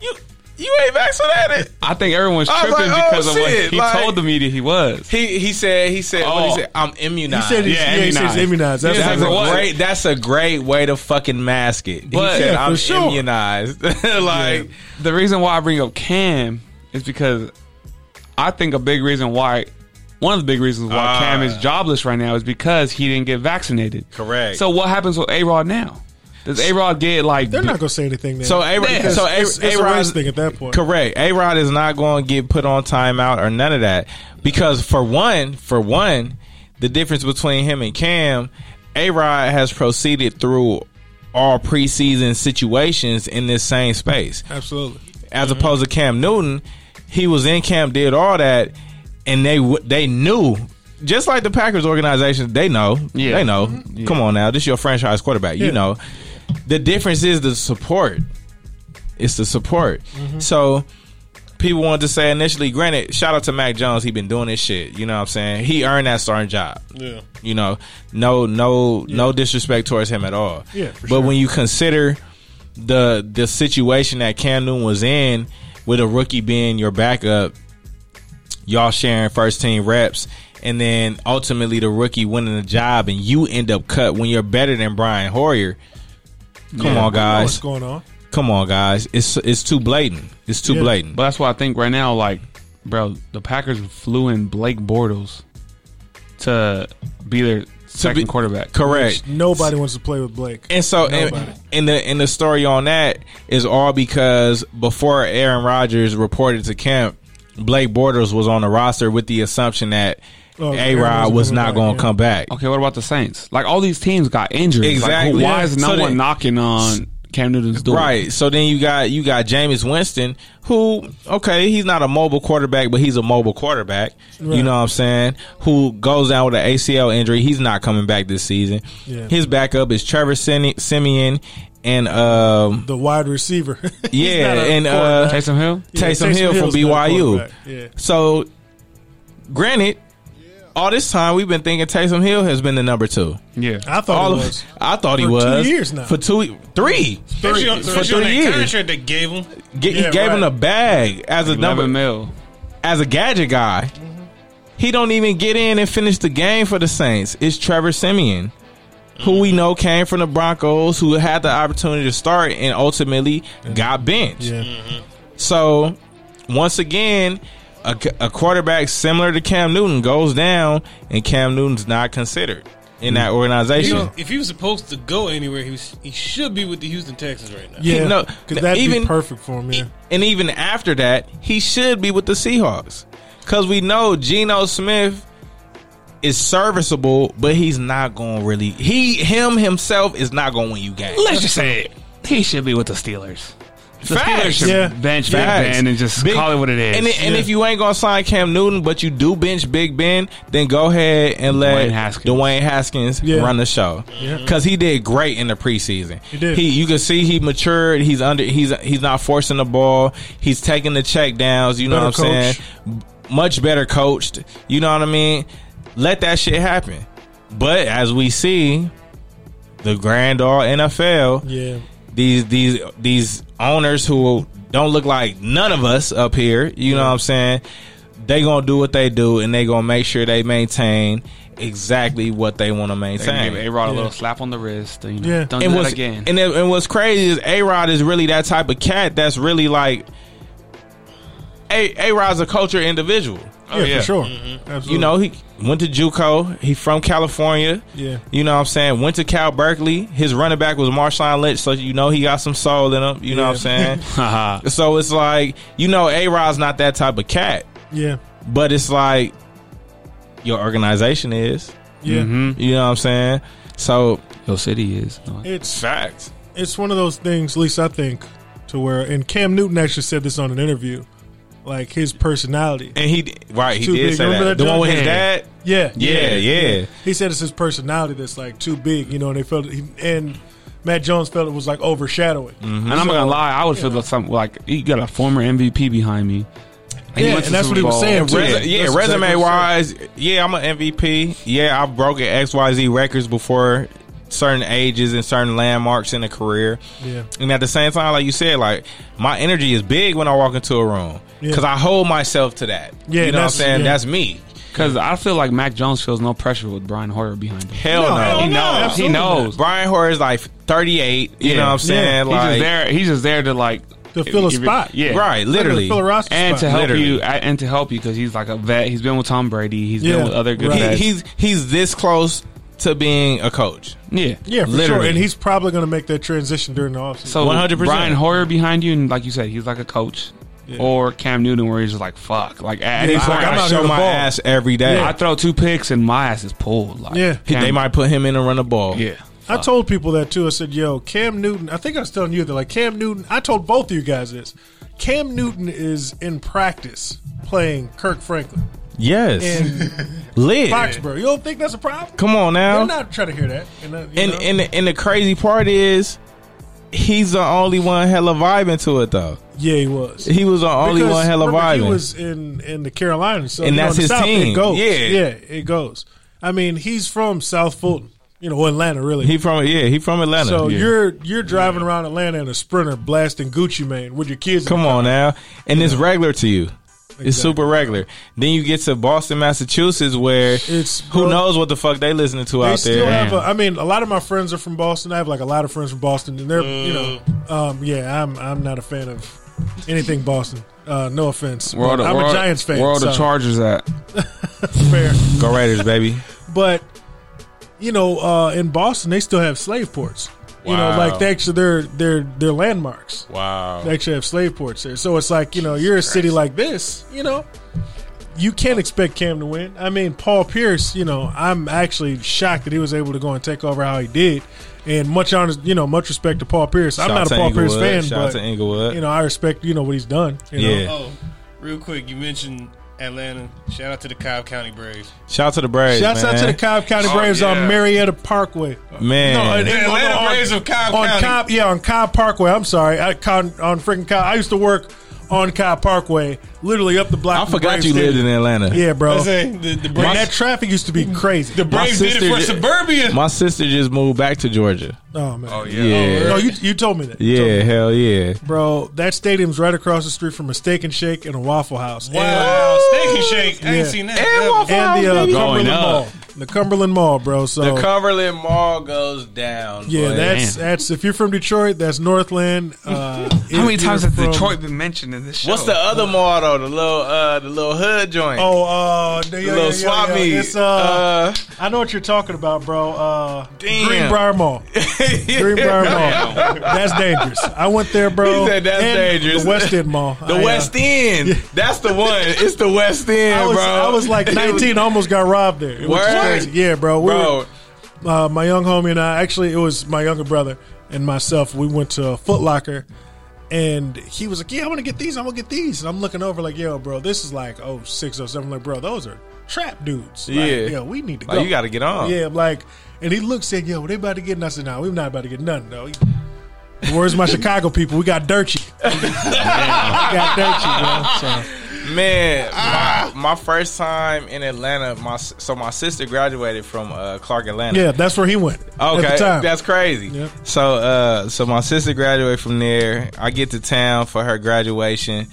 you you ain't vaccinated.
I think everyone's
I was like,
tripping
oh,
because of what
shit,
he
like-
told the media he was.
He he said he said what
Oh.
he said I'm immunized.
He said he's, yeah,
Yeah,
he said he's immunized.
immunized.
That's
Yeah,
That's a
for
what it was.
what?
great. That's a great way to fucking mask it.
But-
he said,
Yeah, for
"I'm
sure.
immunized." [laughs] like,
the reason why I bring up Cam is because I think a big reason why one of the big reasons why
Ah.
Cam is jobless right now is because he didn't get vaccinated.
Correct.
So what happens with A Rod now? Does A Rod get like
They're not going to say anything then.
so a
Yeah.
so
it's,
a
it's a race
Rod's
thing at that point.
correct. A Rod is not going to get put on timeout or none of that because for one, for one, the difference between him and Cam, A Rod has proceeded through all preseason situations in this same space.
Absolutely.
as opposed to Cam Newton, he was in camp, did all that, and they w- they knew. Just like the Packers organization, they know.
Yeah.
They know. Come on now, this your franchise quarterback.
Mm-hmm. Yeah.
You know. The difference is the support. It's the support.
Mm-hmm.
So people wanted to say initially, granted, shout out to Mac Jones, he been doing this shit. You know what I'm saying? He earned that starting job.
Yeah.
You know, no, no, no disrespect towards him at all.
Yeah, for
but
sure.
when you consider the the situation that Cam Newton was in, with a rookie being your backup, y'all sharing first team reps, and then ultimately the rookie winning the job, and you end up cut when you're better than Brian Hoyer. Come on,
I know what's
guys!
going on?
Come on, guys! It's it's too blatant. It's too
Yeah.
blatant.
But that's why I think right now, like, bro, the Packers flew in Blake Bortles to be their second
be-
quarterback.
Correct.
Nobody wants to play with Blake.
And so,
Nobody.
and, and the and the story on that is all because before Aaron Rodgers reported to camp, Blake Bortles was on the roster with the assumption that
Oh,
A
Aaron
Rod was
wasn't
not
coming
going
back,
to come back.
Okay, what about the Saints? Like, all these teams got injured.
Exactly.
Like, why
Yeah.
is no
So
one
then-
knocking on Cam Newton's door?
Right. So then you got you got Jameis Winston, who okay, he's not a mobile quarterback, but he's a mobile quarterback. You
Right.
know what I'm saying? Who goes down with an ACL injury? He's not coming back this season.
Yeah.
His backup is Trevor Sine- Simeon and um
The wide receiver. [laughs] He's
yeah
not a
and uh
quarterback.
Taysom Hill?
Yeah,
Taysom Hill from
Hill's not a
BYU.
quarterback. Yeah.
So, granted, all this time we've been thinking Taysom Hill has been the number two.
Yeah.
I thought
All
it
of,
was.
I thought he
For two
was
years now.
for two, three.
Especially on-
For
especially on
three
that
years.
contract they gave him.
G- he
Yeah,
gave
right.
him a bag as a
11
number
mil.
as a gadget guy. He don't even get in and finish the game for the Saints. It's Trevor Simeon, who we know came from the Broncos, who had the opportunity to start and ultimately got benched.
Yeah.
So, once again, a, a quarterback similar to Cam Newton goes down, and Cam Newton's not considered in that
He
organization.
was- if he was supposed to go anywhere, he was, he should be with the Houston Texans right now.
Yeah.
No,
Because that'd
even- Oh,
be perfect for him. Yeah.
And even after that, he should be with the Seahawks because we know Geno Smith is serviceable, but he's not going to really. He him himself is not going to win you games.
Let's just say it. He should be with the Steelers. The
Facts.
Steelers should
Yeah.
bench Big
Facts.
Ben and just
Big-
call it what it is.
And, i- and if you ain't gonna sign Cam Newton, but you do bench Big Ben, then go ahead and let
Dwayne Haskins.
Dwayne Haskins
Yeah.
run the show
Yeah.
because he did great in the preseason. He
did.
you can see he matured. He's under. He's he's not forcing the ball. He's taking the check downs. You know what
Better
I'm
coach.
saying? Much better coached. You know what I mean? Let that shit happen. But as we see, the grand all NFL
Yeah.
these these these owners who don't look like none of us up here, you know what I'm saying? They gonna do what they do and they gonna make sure they maintain exactly what they wanna
Give A
maintain.
Rod a
Yeah.
little slap on the wrist. You know,
Yeah.
Don't
And
do
what's,
that again.
and, it- and what's crazy is A Rod is really that type of cat that's really like A A Rod's a culture individual.
Oh,
Yeah, for sure. Absolutely.
Mm-hmm. You know, he went to JUCO. He from California.
Yeah.
You know what I'm saying? Went to Cal Berkeley. His running back was Marshawn Lynch, so you know he got some soul in him. You know what I'm saying?
Haha.
so it's like, you know, A Rod's not that type of cat,
Yeah.
but it's like your organization is.
Yeah.
You know what I'm saying? So
Your city is. No, I-
It's
facts.
it's one of those things, at least I think, to where and Cam Newton actually said this on an interview. Like his personality.
And he did- right, he
Too
did
big.
say
Remember
that.
that
The one with his
joke?
dad.
Yeah.
Yeah, yeah.
He said it's his personality that's like too big, you know, and they felt he, and Matt Jones felt it was like overshadowing.
Mm-hmm. And I'm not gonna lie, I would feel like something like you got a former MVP behind me. He
Yeah,
went to
and
Super
that's what he was
Bowl.
saying,
Resu-
Right.
yeah,
That's
resume
exactly what I'm
wise, yeah, I'm an MVP. Yeah, I've broken XYZ records before certain ages and certain landmarks in a career.
Yeah.
And at the same time, like you said, like my energy is big when I walk into a room
Yeah.
because I hold myself to that.
Yeah,
you know what I'm
that's-
saying?
yeah.
That's me.
Because I feel like Mac Jones feels no pressure with Brian Hoyer behind him.
Hell no.
hell
He
no,
knows. He
absolutely
knows.
Brian Hoare is like 38. You
Yeah.
know what I'm
Yeah.
saying?
He's
Like,
just there. He's just there to like
To fill a
if-
spot.
Yeah,
right, literally.
Fill a roster
And
spot.
to help
Literally.
you, and to help you because he's like a vet. He's been with Tom Brady. He's
Yeah.
been with other good
Right.
He,
vets.
he's he's this close to being a coach.
yeah,
Yeah, for
Literally.
sure. And he's probably going to make that transition during the offseason.
So
100%.
Brian Hoyer behind you, and like you said, he's like a coach. Or Cam Newton, where he's just like, "Fuck!" Like, at any
he's
point,
like, I'm
I
out
show
here to
my
ball.
ass every day.
I throw two picks and my ass is pulled. Like,
Yeah.
Cam-
they might put him in and run the ball.
Yeah,
I told people that too. I said, "Yo, Cam Newton." I think I was telling you that, like Cam Newton. I told both of you guys this. Cam Newton is in practice playing Kirk Franklin
Yes.
in
[laughs] Lit.
Foxborough. You don't think that's a problem?
Come on now.
They're not trying to hear that. And, that, you
and
know.
and the, and the crazy part is he's the only one hella vibing to it though.
yeah, he was.
He was the only
Because
one hella
remember,
vibing.
He was in in the Carolinas, so
And
you know,
that's
in the
his
South,
team.
It goes.
Yeah.
it goes. I mean, he's from South Fulton, you know, Atlanta, really.
he from yeah, he from Atlanta.
so
Yeah.
you're you're driving around Atlanta in a Sprinter, blasting Gucci Mane with your kids. in
Come
the car.
on now. And it's regular to you. It's
Exactly.
super regular. Then you get to Boston, Massachusetts, where
It's-
who knows what the fuck they listening to
They
out
still
there.
have. A, I mean, a lot of my friends are from Boston. I have like a lot of friends from Boston, and they're you know, um, yeah. I'm I'm not a fan of anything Boston. Uh, no offense.
Where are
But
the-
I'm
where
a
are-
Giants fan.
Where are
so
the Chargers at?
fair.
Go Raiders,
[laughs]
baby.
But you know, uh, in Boston, they still have slave ports. You know,
Wow.
like they actually they're they're they're landmarks.
Wow.
They actually have slave ports there. So it's like you know, you're a city like this. You know, you can't expect Cam to win. I mean, Paul Pierce. You know, I'm actually shocked that he was able to go and take over how he did. And much honest, you know, much respect to Paul Pierce. I'm
Shout
not
to
a Paul Pierce
Inglewood.
fan,
Shout out to
but
Inglewood.
you know, I respect you know what he's done. You know?
yeah.
Oh, real quick, you mentioned Atlanta. Shout out to the Cobb County Braves.
Shout out to the Braves.
Shouts out to the
man.
Cobb County
Oh,
Braves
yeah.
on Marietta Parkway.
Man.
No, and-
Atlanta
on-
Braves of Cobb
on
County.
Cobb, yeah, on Cobb Parkway. I'm sorry, I, con, on freaking Cobb. I used to work on Cobb Parkway, literally up the block.
I
from
forgot
Braves
you lived in
Stadium.
Atlanta.
Yeah, bro.
I say the, the
and that
Braves,
traffic used to be crazy.
the Braves did it
sister
for
did-
suburbia.
My sister just moved back to Georgia.
oh man. Oh
Yeah. Yeah,
No, you you told me that. You told me that.
hell yeah.
bro. That stadium's right across the street from a Steak and Shake and a Waffle House.
wow, Steak and Shake. I
Yeah.
ain't seen that.
And
That was-
Waffle-
And, and the uh,
Going
Cumberland
up.
Mall. The Cumberland Mall, bro. So
The Cumberland Mall goes down.
yeah,
boy.
that's
Man.
that's if you're from Detroit, that's Northland. Uh,
How many times has
Detroit?
Detroit been mentioned in this show?
What's the other mall though? The little uh the little hood joint.
Oh, uh, the
the little swap meet.
It's, uh,
Uh,
I know what you're talking about, bro. Uh,
Damn. [laughs]
Greenbrier Mall. Greenbrier Mall. That's dangerous. I went there, bro.
He said that's
And
dangerous.
The West End Mall.
the
I, uh,
West End. That's the one. It's the West End,
[laughs] I was,
bro.
I was
[laughs]
like
It
19, almost got robbed there. It was
Word.
crazy. Yeah, bro. We
bro.
were- uh, my young homie and I, actually, it was my younger brother and myself. We went to Foot Locker, and he was like, "Yeah, I want to get these. I'm gonna get these." And I'm looking over, like, "Yo, bro, this is like oh six oh seven. I'm Like, bro, those are trap dudes. Like,
Yeah.
yeah, we need to
Like,
go.
you gotta get on.
Yeah, I'm like, and he looks at, yo, they about to get nothing. I said, nah, we not about to get nothing, though. He- Where's my Chicago people? We got dirty. [laughs] we got dirty, bro. So,
Man,
Ah.
my, my first time in Atlanta, my s- so my sister graduated from uh, Clark Atlanta.
yeah, that's where he went.
Okay,
At the time.
that's crazy.
Yep.
So, uh, so my sister graduated from there. I get to town for her graduation.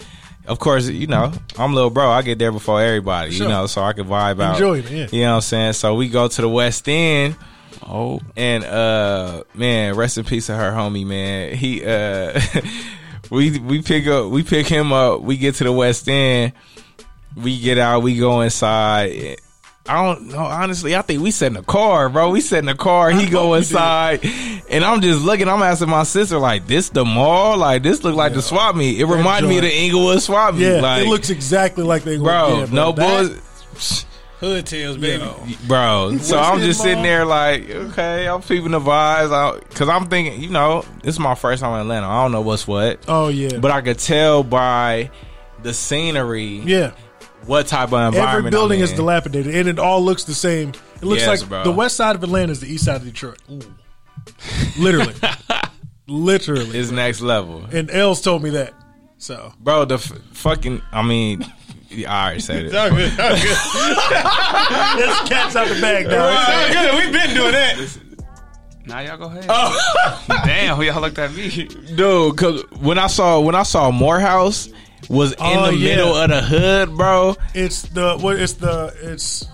Of course, you know I'm little bro. I get there before everybody,
Sure.
you know, so I can vibe out.
Enjoy it, yeah.
You know what I'm saying? So we go to the West End,
Oh,
and uh, man, rest in peace to her homie, man. He, uh, [laughs] we we pick up, we pick him up. We get to the West End. We get out. We go inside. I don't know. Honestly, I think we sat in the car, bro. We sat in the car. He go inside, and I'm just looking. I'm asking my sister, like, this the mall? Like, this look like the swap meet. It reminded me of the
joint.
Inglewood swap meet.
Yeah,
like,
it looks exactly like they were.
bro,
yeah,
no
that-
bull,
Hood tails, baby. [laughs]
bro. So I'm
Westgate
just sitting
Mall?
there, like, okay, I'm peeping the vibes, I- cause I'm thinking, you know, this is my first time in Atlanta. I don't know what's what,
Oh yeah,
but I could tell by the scenery,
yeah.
what type of environment.
Every building
I'm
is
in.
dilapidated, and it all looks the same. It looks
Yes,
like
bro.
the west side of Atlanta is the east side of Detroit.
[laughs]
Literally, literally.
It's next level.
And Els told me that.
[laughs]
So
Bro, the f- fucking. I mean, [laughs] I already said it.
All good. All good.
that's cats out the bag, dog.
All good. We've been doing that.
Now y'all go ahead. [laughs] Damn, y'all looked at me.
[laughs] Dude, cause when I saw when I saw Morehouse was in
Oh,
the
yeah.
middle of the hood, bro.
It's the what? It's the it's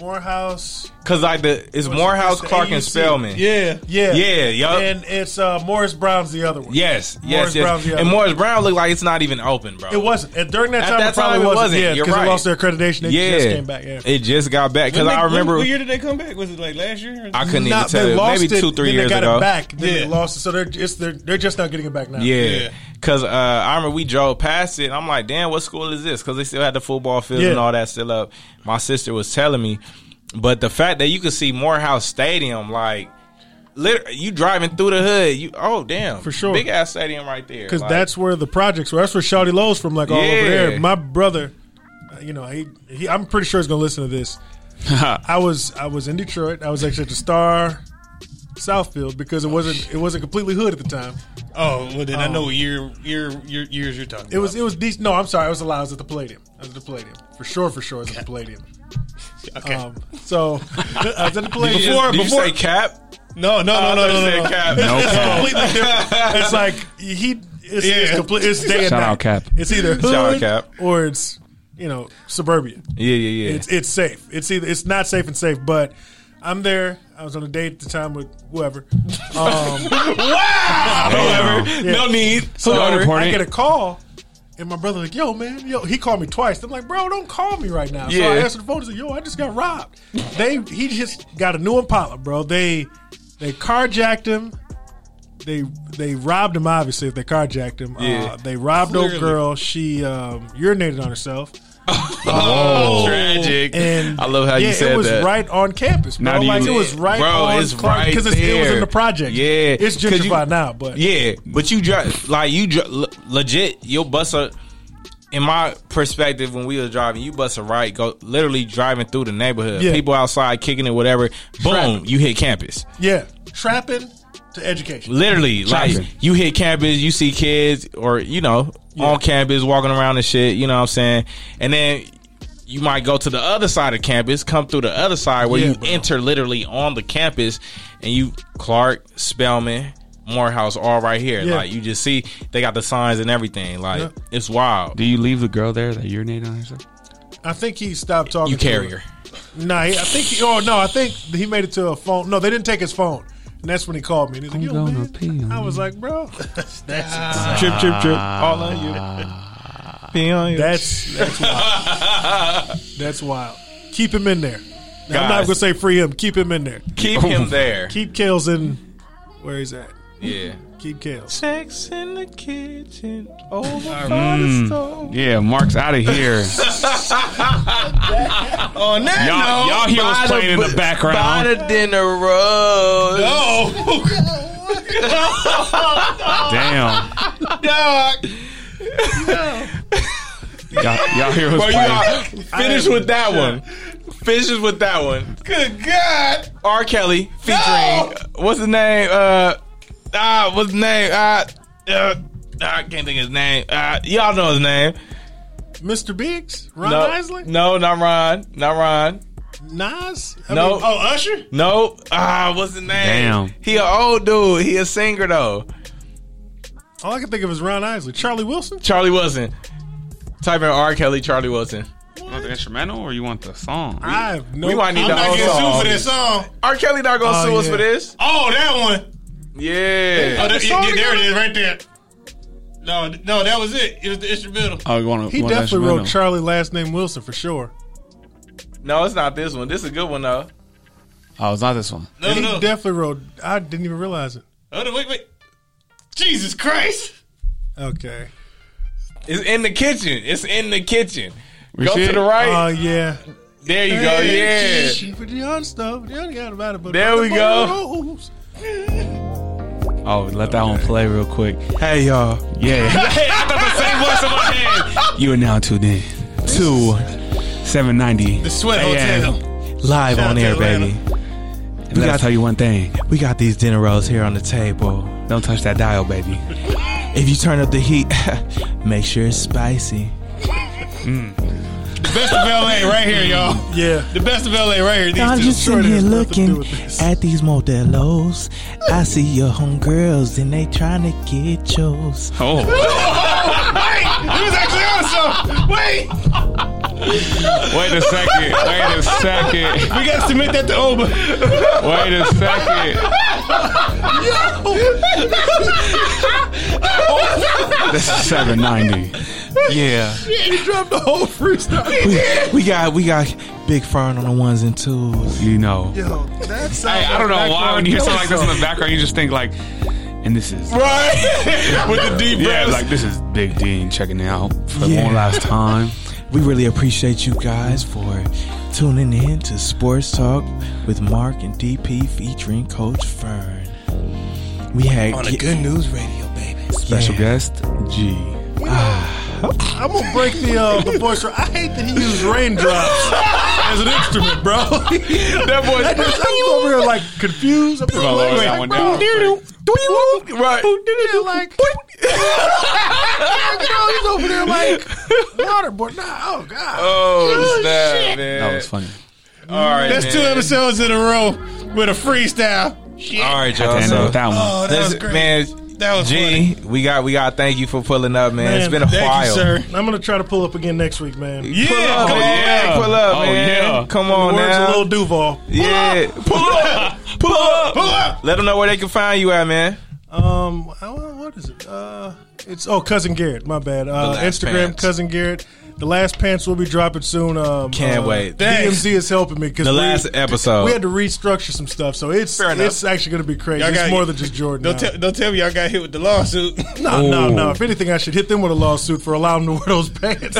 Morehouse.
Cause like the it's
What's it-
Morehouse,
it's the
Clark, and
AUC.
Spellman.
Yeah.
Yeah,
Yeah, yup.
And it's uh, Morris Brown's the other one.
Yes, yes,
Morris Brown's
yes.
the other
and
one.
Morris Brown looked like it's not even open, bro.
It wasn't. And during that
At
time,
that
it probably
time, it
wasn't.
wasn't.
Yeah,
You're
because
right.
they lost their accreditation. They
yeah,
just came back. Yeah.
it just got back. [laughs] Cause
When they-
I remember
What year did they come back? Was it like last year?
I couldn't
Nah,
even tell.
they
you.
lost
Maybe
it,
two, three
then
years
they got
ago.
it back. Then
Yeah.
they lost it, so they're just they're, they're just not getting it back now.
Yeah.
Yeah.
Cause uh, I remember we drove past it. And I'm like, damn, what school is this? Cause they still had the football field and
Yeah.
all that still up. My sister was telling me, but the fact that you could see Morehouse Stadium, like, lit- you driving through the hood, you oh damn,
For sure.
big ass stadium right there.
because
Like,
that's where the projects were. That's where Shawty Lowe's from, like all
Yeah.
over there. My brother, uh, you know, he, he I'm pretty sure he's gonna listen to this. I was I was in Detroit. I was actually at the Star Southfield because it wasn't it wasn't completely hood at the time.
Oh, well then I know what year, year, year years you're talking.
It was it was decent. No, I'm sorry. I was allowed. I was at the Palladium. I was at the Palladium for sure. For sure, I was at the Palladium.
Okay.
Um, so [laughs] I was at the Palladium.
Before-
Did
before-
you [laughs] say cap?
no, no, no,
I thought
no, no,
you
no,
said
no.
cap.
it's completely different. It's like he. It's, it's
Yeah.
complete. It's day and
Shout
night.
out Cap.
It's either hood
Shout out Cap.
or it's you know suburbia.
[laughs] Yeah, yeah, yeah.
It's it's safe. It's either it's not safe and safe, but. I'm there. I was on a date at the time with whoever. Um,
However, no need.
Oh, so
Y'all
I
reporting?
get a call, and my brother like, "Yo, man, yo." He called me twice. I'm like, "Bro, don't call me right now." So I
Yeah.
answered the phone. He's like, "Yo, I just got robbed." They he just got a new Impala, bro. They they carjacked him. They they robbed him. Obviously, if they carjacked him,
Yeah.
uh, they robbed old
Clearly.
girl. She um, urinated on herself.
Oh, tragic.
And
I love how
yeah,
you said
it was
that.
right on campus, bro.
Not even-
like it was right,
Bro,
on
it's right
because it was
there.
in the project.
Yeah.
it's
'Cause you-
gentrified now, but
Yeah, but you drive like you dri- le- legit. You'll bust a. In my perspective, when we were driving, you bust a right, go literally driving through the neighborhood.
Yeah.
People outside kicking it, whatever. Boom,
Traffic.
you hit campus.
yeah, trapping to education.
Literally, like
Traffic.
you hit campus, you see kids or you know on campus walking around and shit. You know what I'm saying? And then you might go to the other side of campus, come through the other side where
Yeah,
you
bro.
enter literally on the campus, and you Clark Spellman. Morehouse, all right here.
Yeah.
Like you just see, they got the signs and everything. Like
Yeah.
it's wild.
Do you leave the girl there that urinated on herself?
I think he stopped talking.
You
to
carry
her.
her.
Nah, he, I think. He, oh no, I think he made it to a phone. No, they didn't take his phone, and that's when he called me. And he's like,
I'm
"Yo,
gonna
man."
pee on
I was
you.
like,
[laughs]
"Bro,
That's
Trip, trip, trip. All on you. Be on you.
that's that's wild.
[laughs]
that's wild. Keep him in there. Now, I'm not
Guys.
gonna say free him. Keep him in there.
Keep [laughs] him there.
Keep Kales in where he's at.
yeah.
Keep Kales.
Sex in the kitchen. Over
Hmm. Yeah, Mark's
[laughs]
out of here.
On that
Y'all-
note,
y'all hear what's
by
playing in the background.
By the dinner rose.
Oh, [laughs]
[laughs]
Damn.
dog.
[laughs] Y'all, y'all hear what's
Bro, you
playing?
are- finish with that one. Finish with that one.
good God.
R. Kelly featuring
No.
what's the name? Uh, ah, what's the name? Uh, uh, I can't think of his name. Uh, y'all know his name.
Mr. Biggs, Ron
no,
Isley,
no, not Ron. Not Ron.
Nas. I
No.
mean- oh Usher.
No. Ah, what's the name?
Damn.
He an old dude. He a singer though.
All I can think of is Ron Isley, Charlie Wilson.
Charlie Wilson. Type in R. Kelly. Charlie Wilson.
You want the instrumental or you want the song?
I have no.
We might need
I'm
the
not
whole
getting sued
song.
for this.
song.
R. Kelly not gonna
Oh,
sue us
yeah.
for this.
Oh, that one.
Yeah.
Oh, that,
song
yeah, there it
again?
is, right there. No, no, that was it. It was the instrumental.
oh, you want
He definitely wrote Charlie last name Wilson for sure.
No, it's not this one. This is a good one though.
Oh, it's not this one.
No,
he
no.
definitely wrote. I didn't even realize it.
oh, no, wait, wait. Jesus Christ.
Okay.
It's in the kitchen. It's in the kitchen.
We
Go to
should-
the
Oh
right.
yeah.
there you go. Yeah.
But the other stuff, the other guy about it. But
There we go.
Rules.
Oh, let that one play real quick.
Hey y'all.
Yeah. [laughs] You are now tuned in to 790
The Sweat Hotel.
Live
Shout out
on
to
air,
Atlanta.
baby.
And let me
got-
tell you one thing.
We got these dinner rolls here on the table.
Don't touch that dial, baby.
If you turn up the heat, [laughs] make sure it's spicy.
Best of LA right here, y'all.
Yeah.
The best of LA right here. These two.
just sitting here looking at
these modelos. I see your homegirls and they trying to get yours.
Oh,
[laughs] He was actually on something. Wait.
wait a second. Wait a second.
We got to submit that to Oba.
Wait a second. This is 790.
Yeah.
He dropped the whole freestyle.
We got we got Big Fern on the ones and twos.
You know.
Yo, that's
Hey, I don't know why when you hear something like this in the background, you just think like, and this is [laughs]
Right. With the deep
yeah,
breaths.
like this is Big Dean checking out for
Yeah.
one last time.
We really appreciate you guys for tuning in to Sports Talk with Mark and
E
DP featuring Coach Fern. We had
On a good news radio, baby.
Special
Yeah.
guest G.
I'm gonna break the uh, the voice. I hate that he used raindrops as an instrument, bro. [laughs]
[laughs] that boy.
I just, I'm over here like confused. I'm just
Well,
like,
lower that
like,
one
bro,
down.
Right.
yeah, like, [laughs] bro, he's over there like waterboard. Nah, oh god.
Oh, snap, man.
That was funny.
All right.
That's
man.
two episodes in a row with a freestyle.
All right,
Had to
y'all.
end it
So,
with that one.
Oh, that was
listen,
great.
man,
That was funny.
G, we got we got. Thank you for pulling up, man. it's been
Man,
a
thank you,
while.
sir.
I'm gonna try to pull up again next week, man.
Yeah, pull up,
come on,
man.
yeah.
Pull up,
Oh,
man.
yeah.
Come
The
on
words
now.
of Lil Duval.
yeah, pull up, pull up, pull up. Let them know where they can find you at, man.
Um, uh, what is it? Uh, it's oh, cousin Garrett. My bad. Uh,
Last
Instagram,
Pants.
cousin Garrett. The last pants will be dropping soon. Um,
Can't
uh,
wait.
DMZ is helping me because
The last episode.
we had to restructure some stuff, so it's
Fair enough.
it's actually going to be crazy.
Y'all
It's
got-
more than just Jordan.
Don't
now.
tell, don't tell me y'all got hit with the lawsuit.
[laughs] No, no, no. If anything, I should hit them with a lawsuit for allowing them to wear those pants.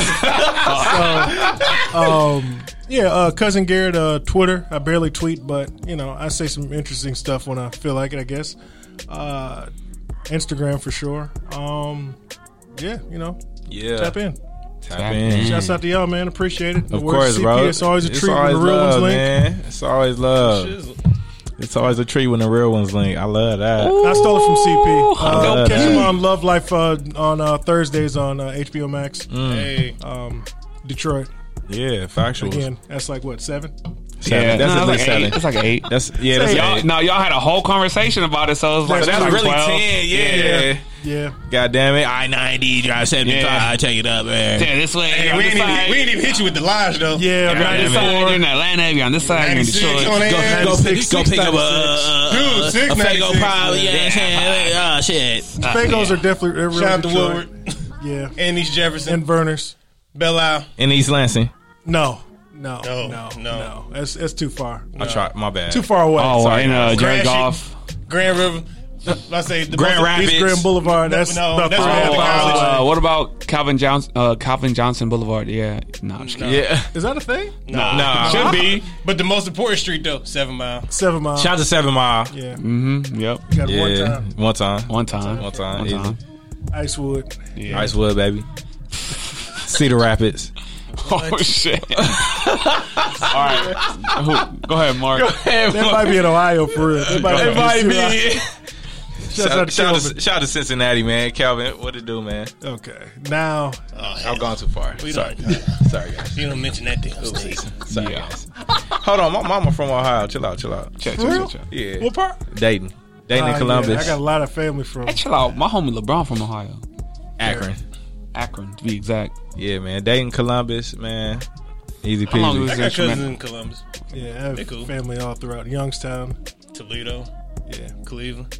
so, um, yeah, uh, cousin Garrett, uh, Twitter. I barely tweet, but you know, I say some interesting stuff when I feel like it. I guess uh, Instagram for sure. Um, yeah, you know,
Yeah,
tap in.
Tap in.
Shouts out to y'all, man. Appreciate it. The
Of
word
course,
CP,
bro.
It's always a treat
always
when the real
love,
ones link.
man. It's always love. It's always a treat when the real ones link. I love that.
I stole it from CP. Uh,
Love
catch
that.
him on Love Life uh, on uh, Thursdays on uh, HBO Max.
Mm.
Hey,
Um, Detroit.
Yeah, factual.
Again, that's like what seven?
Seven. that's
no,
at least
it's like
seven.
eight. It's like eight.
That's yeah. That's
y'all,
eight.
no, y'all had a whole conversation about it, so it was like
So that's
it was
really
like 12.
Yeah.
Yeah,
God damn it. I ninety drive seventy five.
Yeah.
Take it up, man.
Yeah, this way.
Hey,
you're on
we,
this
ain't even,
side.
we ain't even hit you with the lies though.
yeah.
You're on this side, you're in Atlanta, you're on this side, you're in
96 on
Detroit.
the air.
Go pick, go pick up a, uh,
Dude,
a,
six
a Fago
ninety-six,
pile.
man.
Yeah, [laughs] yeah. Oh shit.
Fagos are definitely they're really
Shout out to
Detroit.
Woodward,
Yeah,
Andy's Jefferson,
and Verners.
Belle Isle.
In East Lansing.
No, no,
No,
no, no,
no.
That's that's too far.
I tried. My bad.
Too far away.
Oh,
Sorry,
and uh,
guys.
Jerry
Grand Shit.
Goff.
Grand River. I say the
Grand
most-
Rapids.
East Grand Boulevard. That's
No,
about
that's
three and a
where
Oh,
half
all the
hours
college-
away.
uh, what about Calvin Johnson? Uh, Calvin Johnson Boulevard. Yeah, no, I'm just kidding.
Yeah.
Is that a thing?
Nah,
Nah.
should be. But the most important street though, Seven Mile.
Seven miles.
Shout out to Seven Mile.
yeah,
Mm-hmm. Yep.
got it one
Yeah.
time.
One time.
One time.
Mm. One time,
One
easy.
time.
Icewood.
Yeah.
Icewood, baby. [laughs] Cedar Rapids.
Oh shit! All right, Who- go ahead, Mark.
That might be in Ohio for real. That might,
It might
Shout
be.
out
Shout,
to
shout,
Kelvin.
to, shout to Cincinnati, man. Calvin, what it do, man?
Okay, now
I've gone too far. Sorry,
don't-
sorry, guys.
You don't mention that damn state.
Sorry, guys. Hold on, my mama from Ohio. Chill out, chill out.
Check, check,
For real?
check, check.
Yeah,
what part?
Dayton, Dayton,
Ah,
and
yeah,
Columbus,
I got a lot of family from.
Hey, chill out. My homie LeBron from Ohio,
Akron.
Akron to be exact.
Yeah, man. Dayton, Columbus, man. Easy
How long
peasy.
was
I got
that?
cousins in Columbus,
Yeah, I have
They cool.
family all throughout Youngstown.
Toledo,
Yeah,
Cleveland.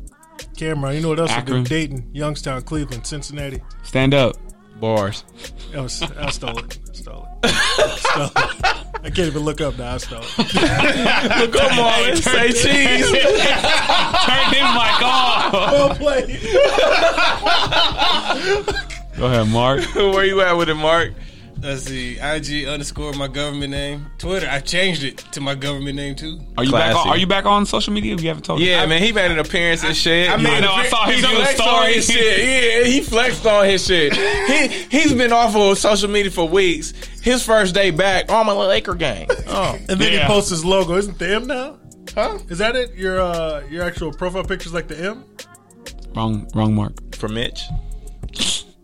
Cameron. You know what else? I
Akron.
do? Dayton, Youngstown, Cleveland, Cincinnati. Oh,
Stand up.
Bars.
That was, I stole it. I stole it. I stole it. I can't even look up now. I stopped.
Come on, let's say cheese. [laughs]
Turn him like off.
Well played.
Go ahead, Mark.
Where you at with it, Mark?
Let's see. IG underscore my government name. Twitter. I changed it to my government name too.
Are you back?
Classy.
On, are you back on social media? You haven't told me.
Yeah, man, he made an appearance and shit. I,
made an appear- he flexed on
his
his
shit. Yeah, he flexed on his shit. he he's been off of social media for weeks. His first day back, oh, I'm a Laker gang. Oh,
And then
Yeah.
he posts his logo. Isn't the M now?
huh?
Is that it? Your uh, your actual profile picture's like the M?
Wrong, wrong, Mark.
For Mitch.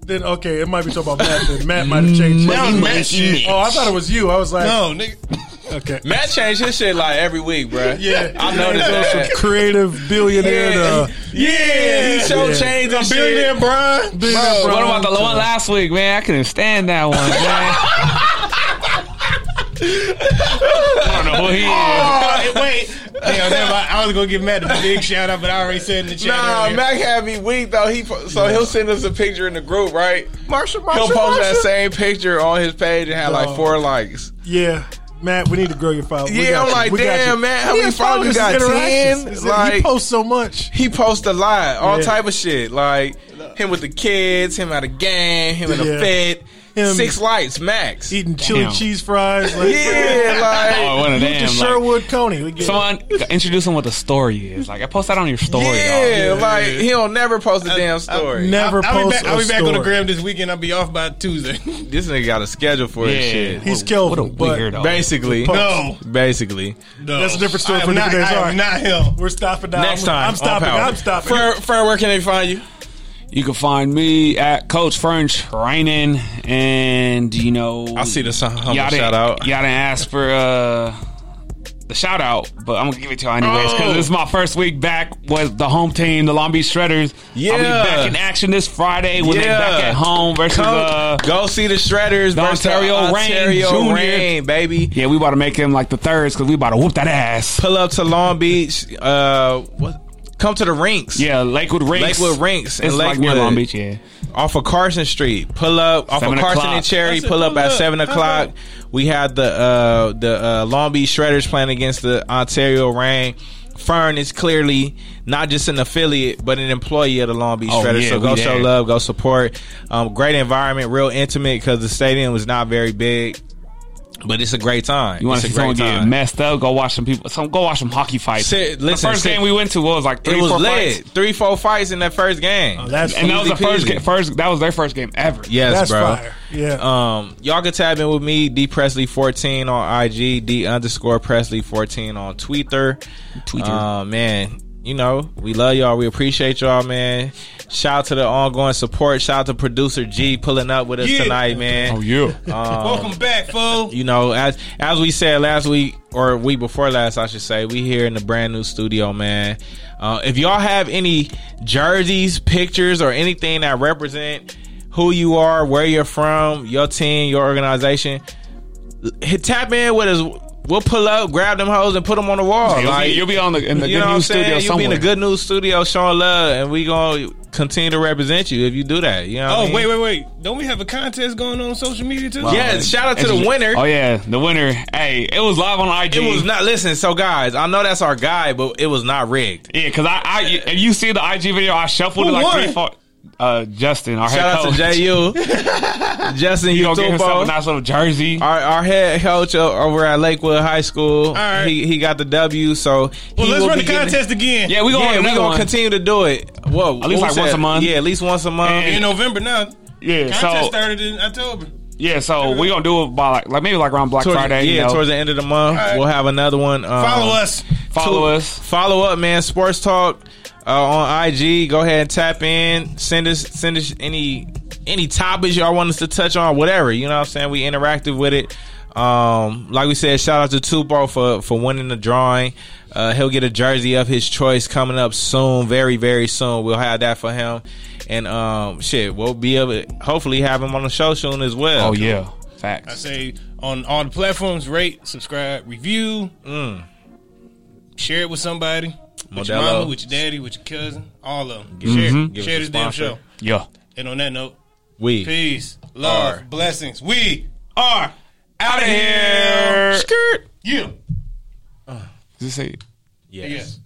Then okay, it might be talking about Matt. Then Matt might have changed. it.
Now Matt Mitch.
Oh, I thought it was you. I was like,
No, nigga.
okay,
Matt changed his shit like every week, bro.
[laughs] yeah.
I noticed that.
Creative billionaire.
Yeah,
to-
yeah, he showed
Yeah.
change on
Billionaire
shit.
Brian. Billionaire
What about the
Brian.
one last week, man? I couldn't stand that one, man.
[laughs]
I don't know who he is.
[laughs] Oh, [laughs] wait. Damn, never mind. I was gonna give Matt a big shout out, but I already said in the chat.
Nah,
earlier.
Mac had me weak though. He po- so he'll send us a picture in the group, right? Marshall, Marshall, he'll post that same picture on his page and had like
Dog.
four likes.
Yeah, Matt, we need to grow your file. We
Yeah,
got
I'm
you.
like,
We got
damn,
you.
man, how
He
many
has
followers you got?
interactions.
10?
He said
Like-
he posts so much.
He posts a lot, all
Yeah.
type of shit, like him with the kids, him at a game, him in a
Yeah.
fit,
Him-
six lights max.
Eating chili
Damn.
cheese fries. Like, [laughs]
yeah, like.
Oh, one of
Look
them.
at
Like,
Sherwood Coney. We get it.
someone introduce him what the story is. Like, I post that on your story. dog.
Yeah, like he'll never post a damn story.
never
I'll, I'll be
posts
back, I'll
a
be back on the
story.
gram this weekend. I'll be off by [laughs] Tuesday.
This nigga got a schedule for his shit.
He's
What a
Kelvin, but
weirdo.
Basically,
no,
basically.
no,
That's a different story
I am
for
not,
different days.
I am
All right.
not him.
We're stopping now.
Next
I'm,
time,
I'm stopping.
on power.
I'm stopping.
Fur, Fur, where can they find you?
You can find me at Coach Fern Training, and you know
I see the song. Humble
y'all didn't,
shout out.
Y'all didn't ask for uh, the shout out, but I'm gonna give it to y'all anyways because
Oh.
this is my first week back with the home team, the Long Beach Shredders. I'll be
Yeah.
back in action this Friday when
Yeah.
they back at home versus.
Come,
Uh,
go see the Shredders
the
versus
Ontario
Ontario
Reign
Ontario
Junior.
Reign, baby.
yeah, we about to make him like the thirds because we about to whoop that ass.
Pull up to Long Beach. Uh, what? Come to the rinks.
Yeah, Lakewood Rinks.
Lakewood Rinks in
It's like near
Lakewood.
Long Beach. Yeah,
off of Carson Street. Pull up off
Seven
of Carson
o'clock.
and Cherry.
I said
Pull up
pull
at
up.
seven
Pull
o'clock.
up.
We had the uh, the uh, Long Beach Shredders playing against the Ontario Reign. Fern is clearly not just an affiliate, but an employee of the Long Beach
Oh,
Shredders.
yeah,
so
we
go
there.
show love, go support. Um, great environment, real intimate because the stadium was not very big, but it's a great time.
you want
It's
to
a
see
great
someone get
time.
messed up? Go watch some people. Some go watch some hockey fights.
Sit-
the
listen,
first
sit-
game we went to what was like
It
three,
was
four
lit.
fights.
Three, four fights in that first game.
That's
And that was the
Easy
first,
peasy.
ga- first. That was their first game ever.
yes,
that's
bro.
fire. Yeah.
Um, y'all can tab in with me, D Presley fourteen on IG, D underscore Presley fourteen on Twitter.
Twitter.
Uh, man, you know we love y'all. We appreciate y'all, man. Shout out to the ongoing support. Shout out to producer G pulling up with us
Yeah.
tonight, man.
Oh yeah.
Welcome back, fool.
You know, as as we said last week or week before last, I should say, we here in the brand new studio, man. Uh, if y'all have any jerseys, pictures, or anything that represent who you are, where you're from, your team, your organization, hit tap in with us. We'll pull up, grab them hoes, and put them on the wall.
You'll,
like
be, Oh, you'll be on the in the
you
good
know what I'm
news
saying?
studio
You'll
somewhere.
be in a good news studio showing love, and we gonna continue to represent you if you do that. You know? what I
Oh
mean?
wait, wait, wait! Don't we have a contest going on social media too?
Yeah, shout out to the winner.
Oh yeah, the winner. Hey, it was live on IG.
It was not. Listen, so guys, I know that's our guy, but it was not rigged.
Yeah, because I, I if you see the IG video, I shuffled
Who
it like
won?
three, four. Uh, Justin, our head
Shout out
coach.
to E
[laughs]
Ju, Justin
He gonna get himself a
Utupo,
nice little jersey.
our, our head coach o- over at Lakewood High School.
right.
He he got the W. So
Well,
he
let's
will
run
be
the
getting-
contest again.
yeah, we gonna
yeah,
have
we
another
gonna
one.
continue to do it. Whoa,
At least
what was
like once
that?
a month.
Yeah, at least once a month.
And-
in November now.
Yeah,
Contest
so
started in October.
yeah, so we gonna do it by like, like maybe like around Black
towards,
Friday.
yeah,
you know.
towards the end of the month,
right.
we'll have another one. Um,
Follow us.
follow
to-
us.
Follow up, man. Sports Talk uh, on IG. Go ahead and tap in. Send us send us any any topics y'all want us to touch on, whatever. You know what I'm saying? We interactive with it. Um, like we said, shout out to Tupo for for winning the drawing. Uh, he'll get a jersey of his choice coming up soon, very very soon. We'll have that for him, and um, shit, we'll be able hopefully have him on the show soon as well.
Oh yeah,
I
facts.
say on all the platforms, rate, subscribe, review, share it with somebody, with your
Mm. Modelo.
mama, with your daddy, with your cousin, all of them.
Give
Share,
us
share
a
this damn
sponsor.
show.
Yeah.
And on that note,
we
peace, love,
Are.
blessings. We are
out of here. Skirt.
Yeah.
Does it say
Yes.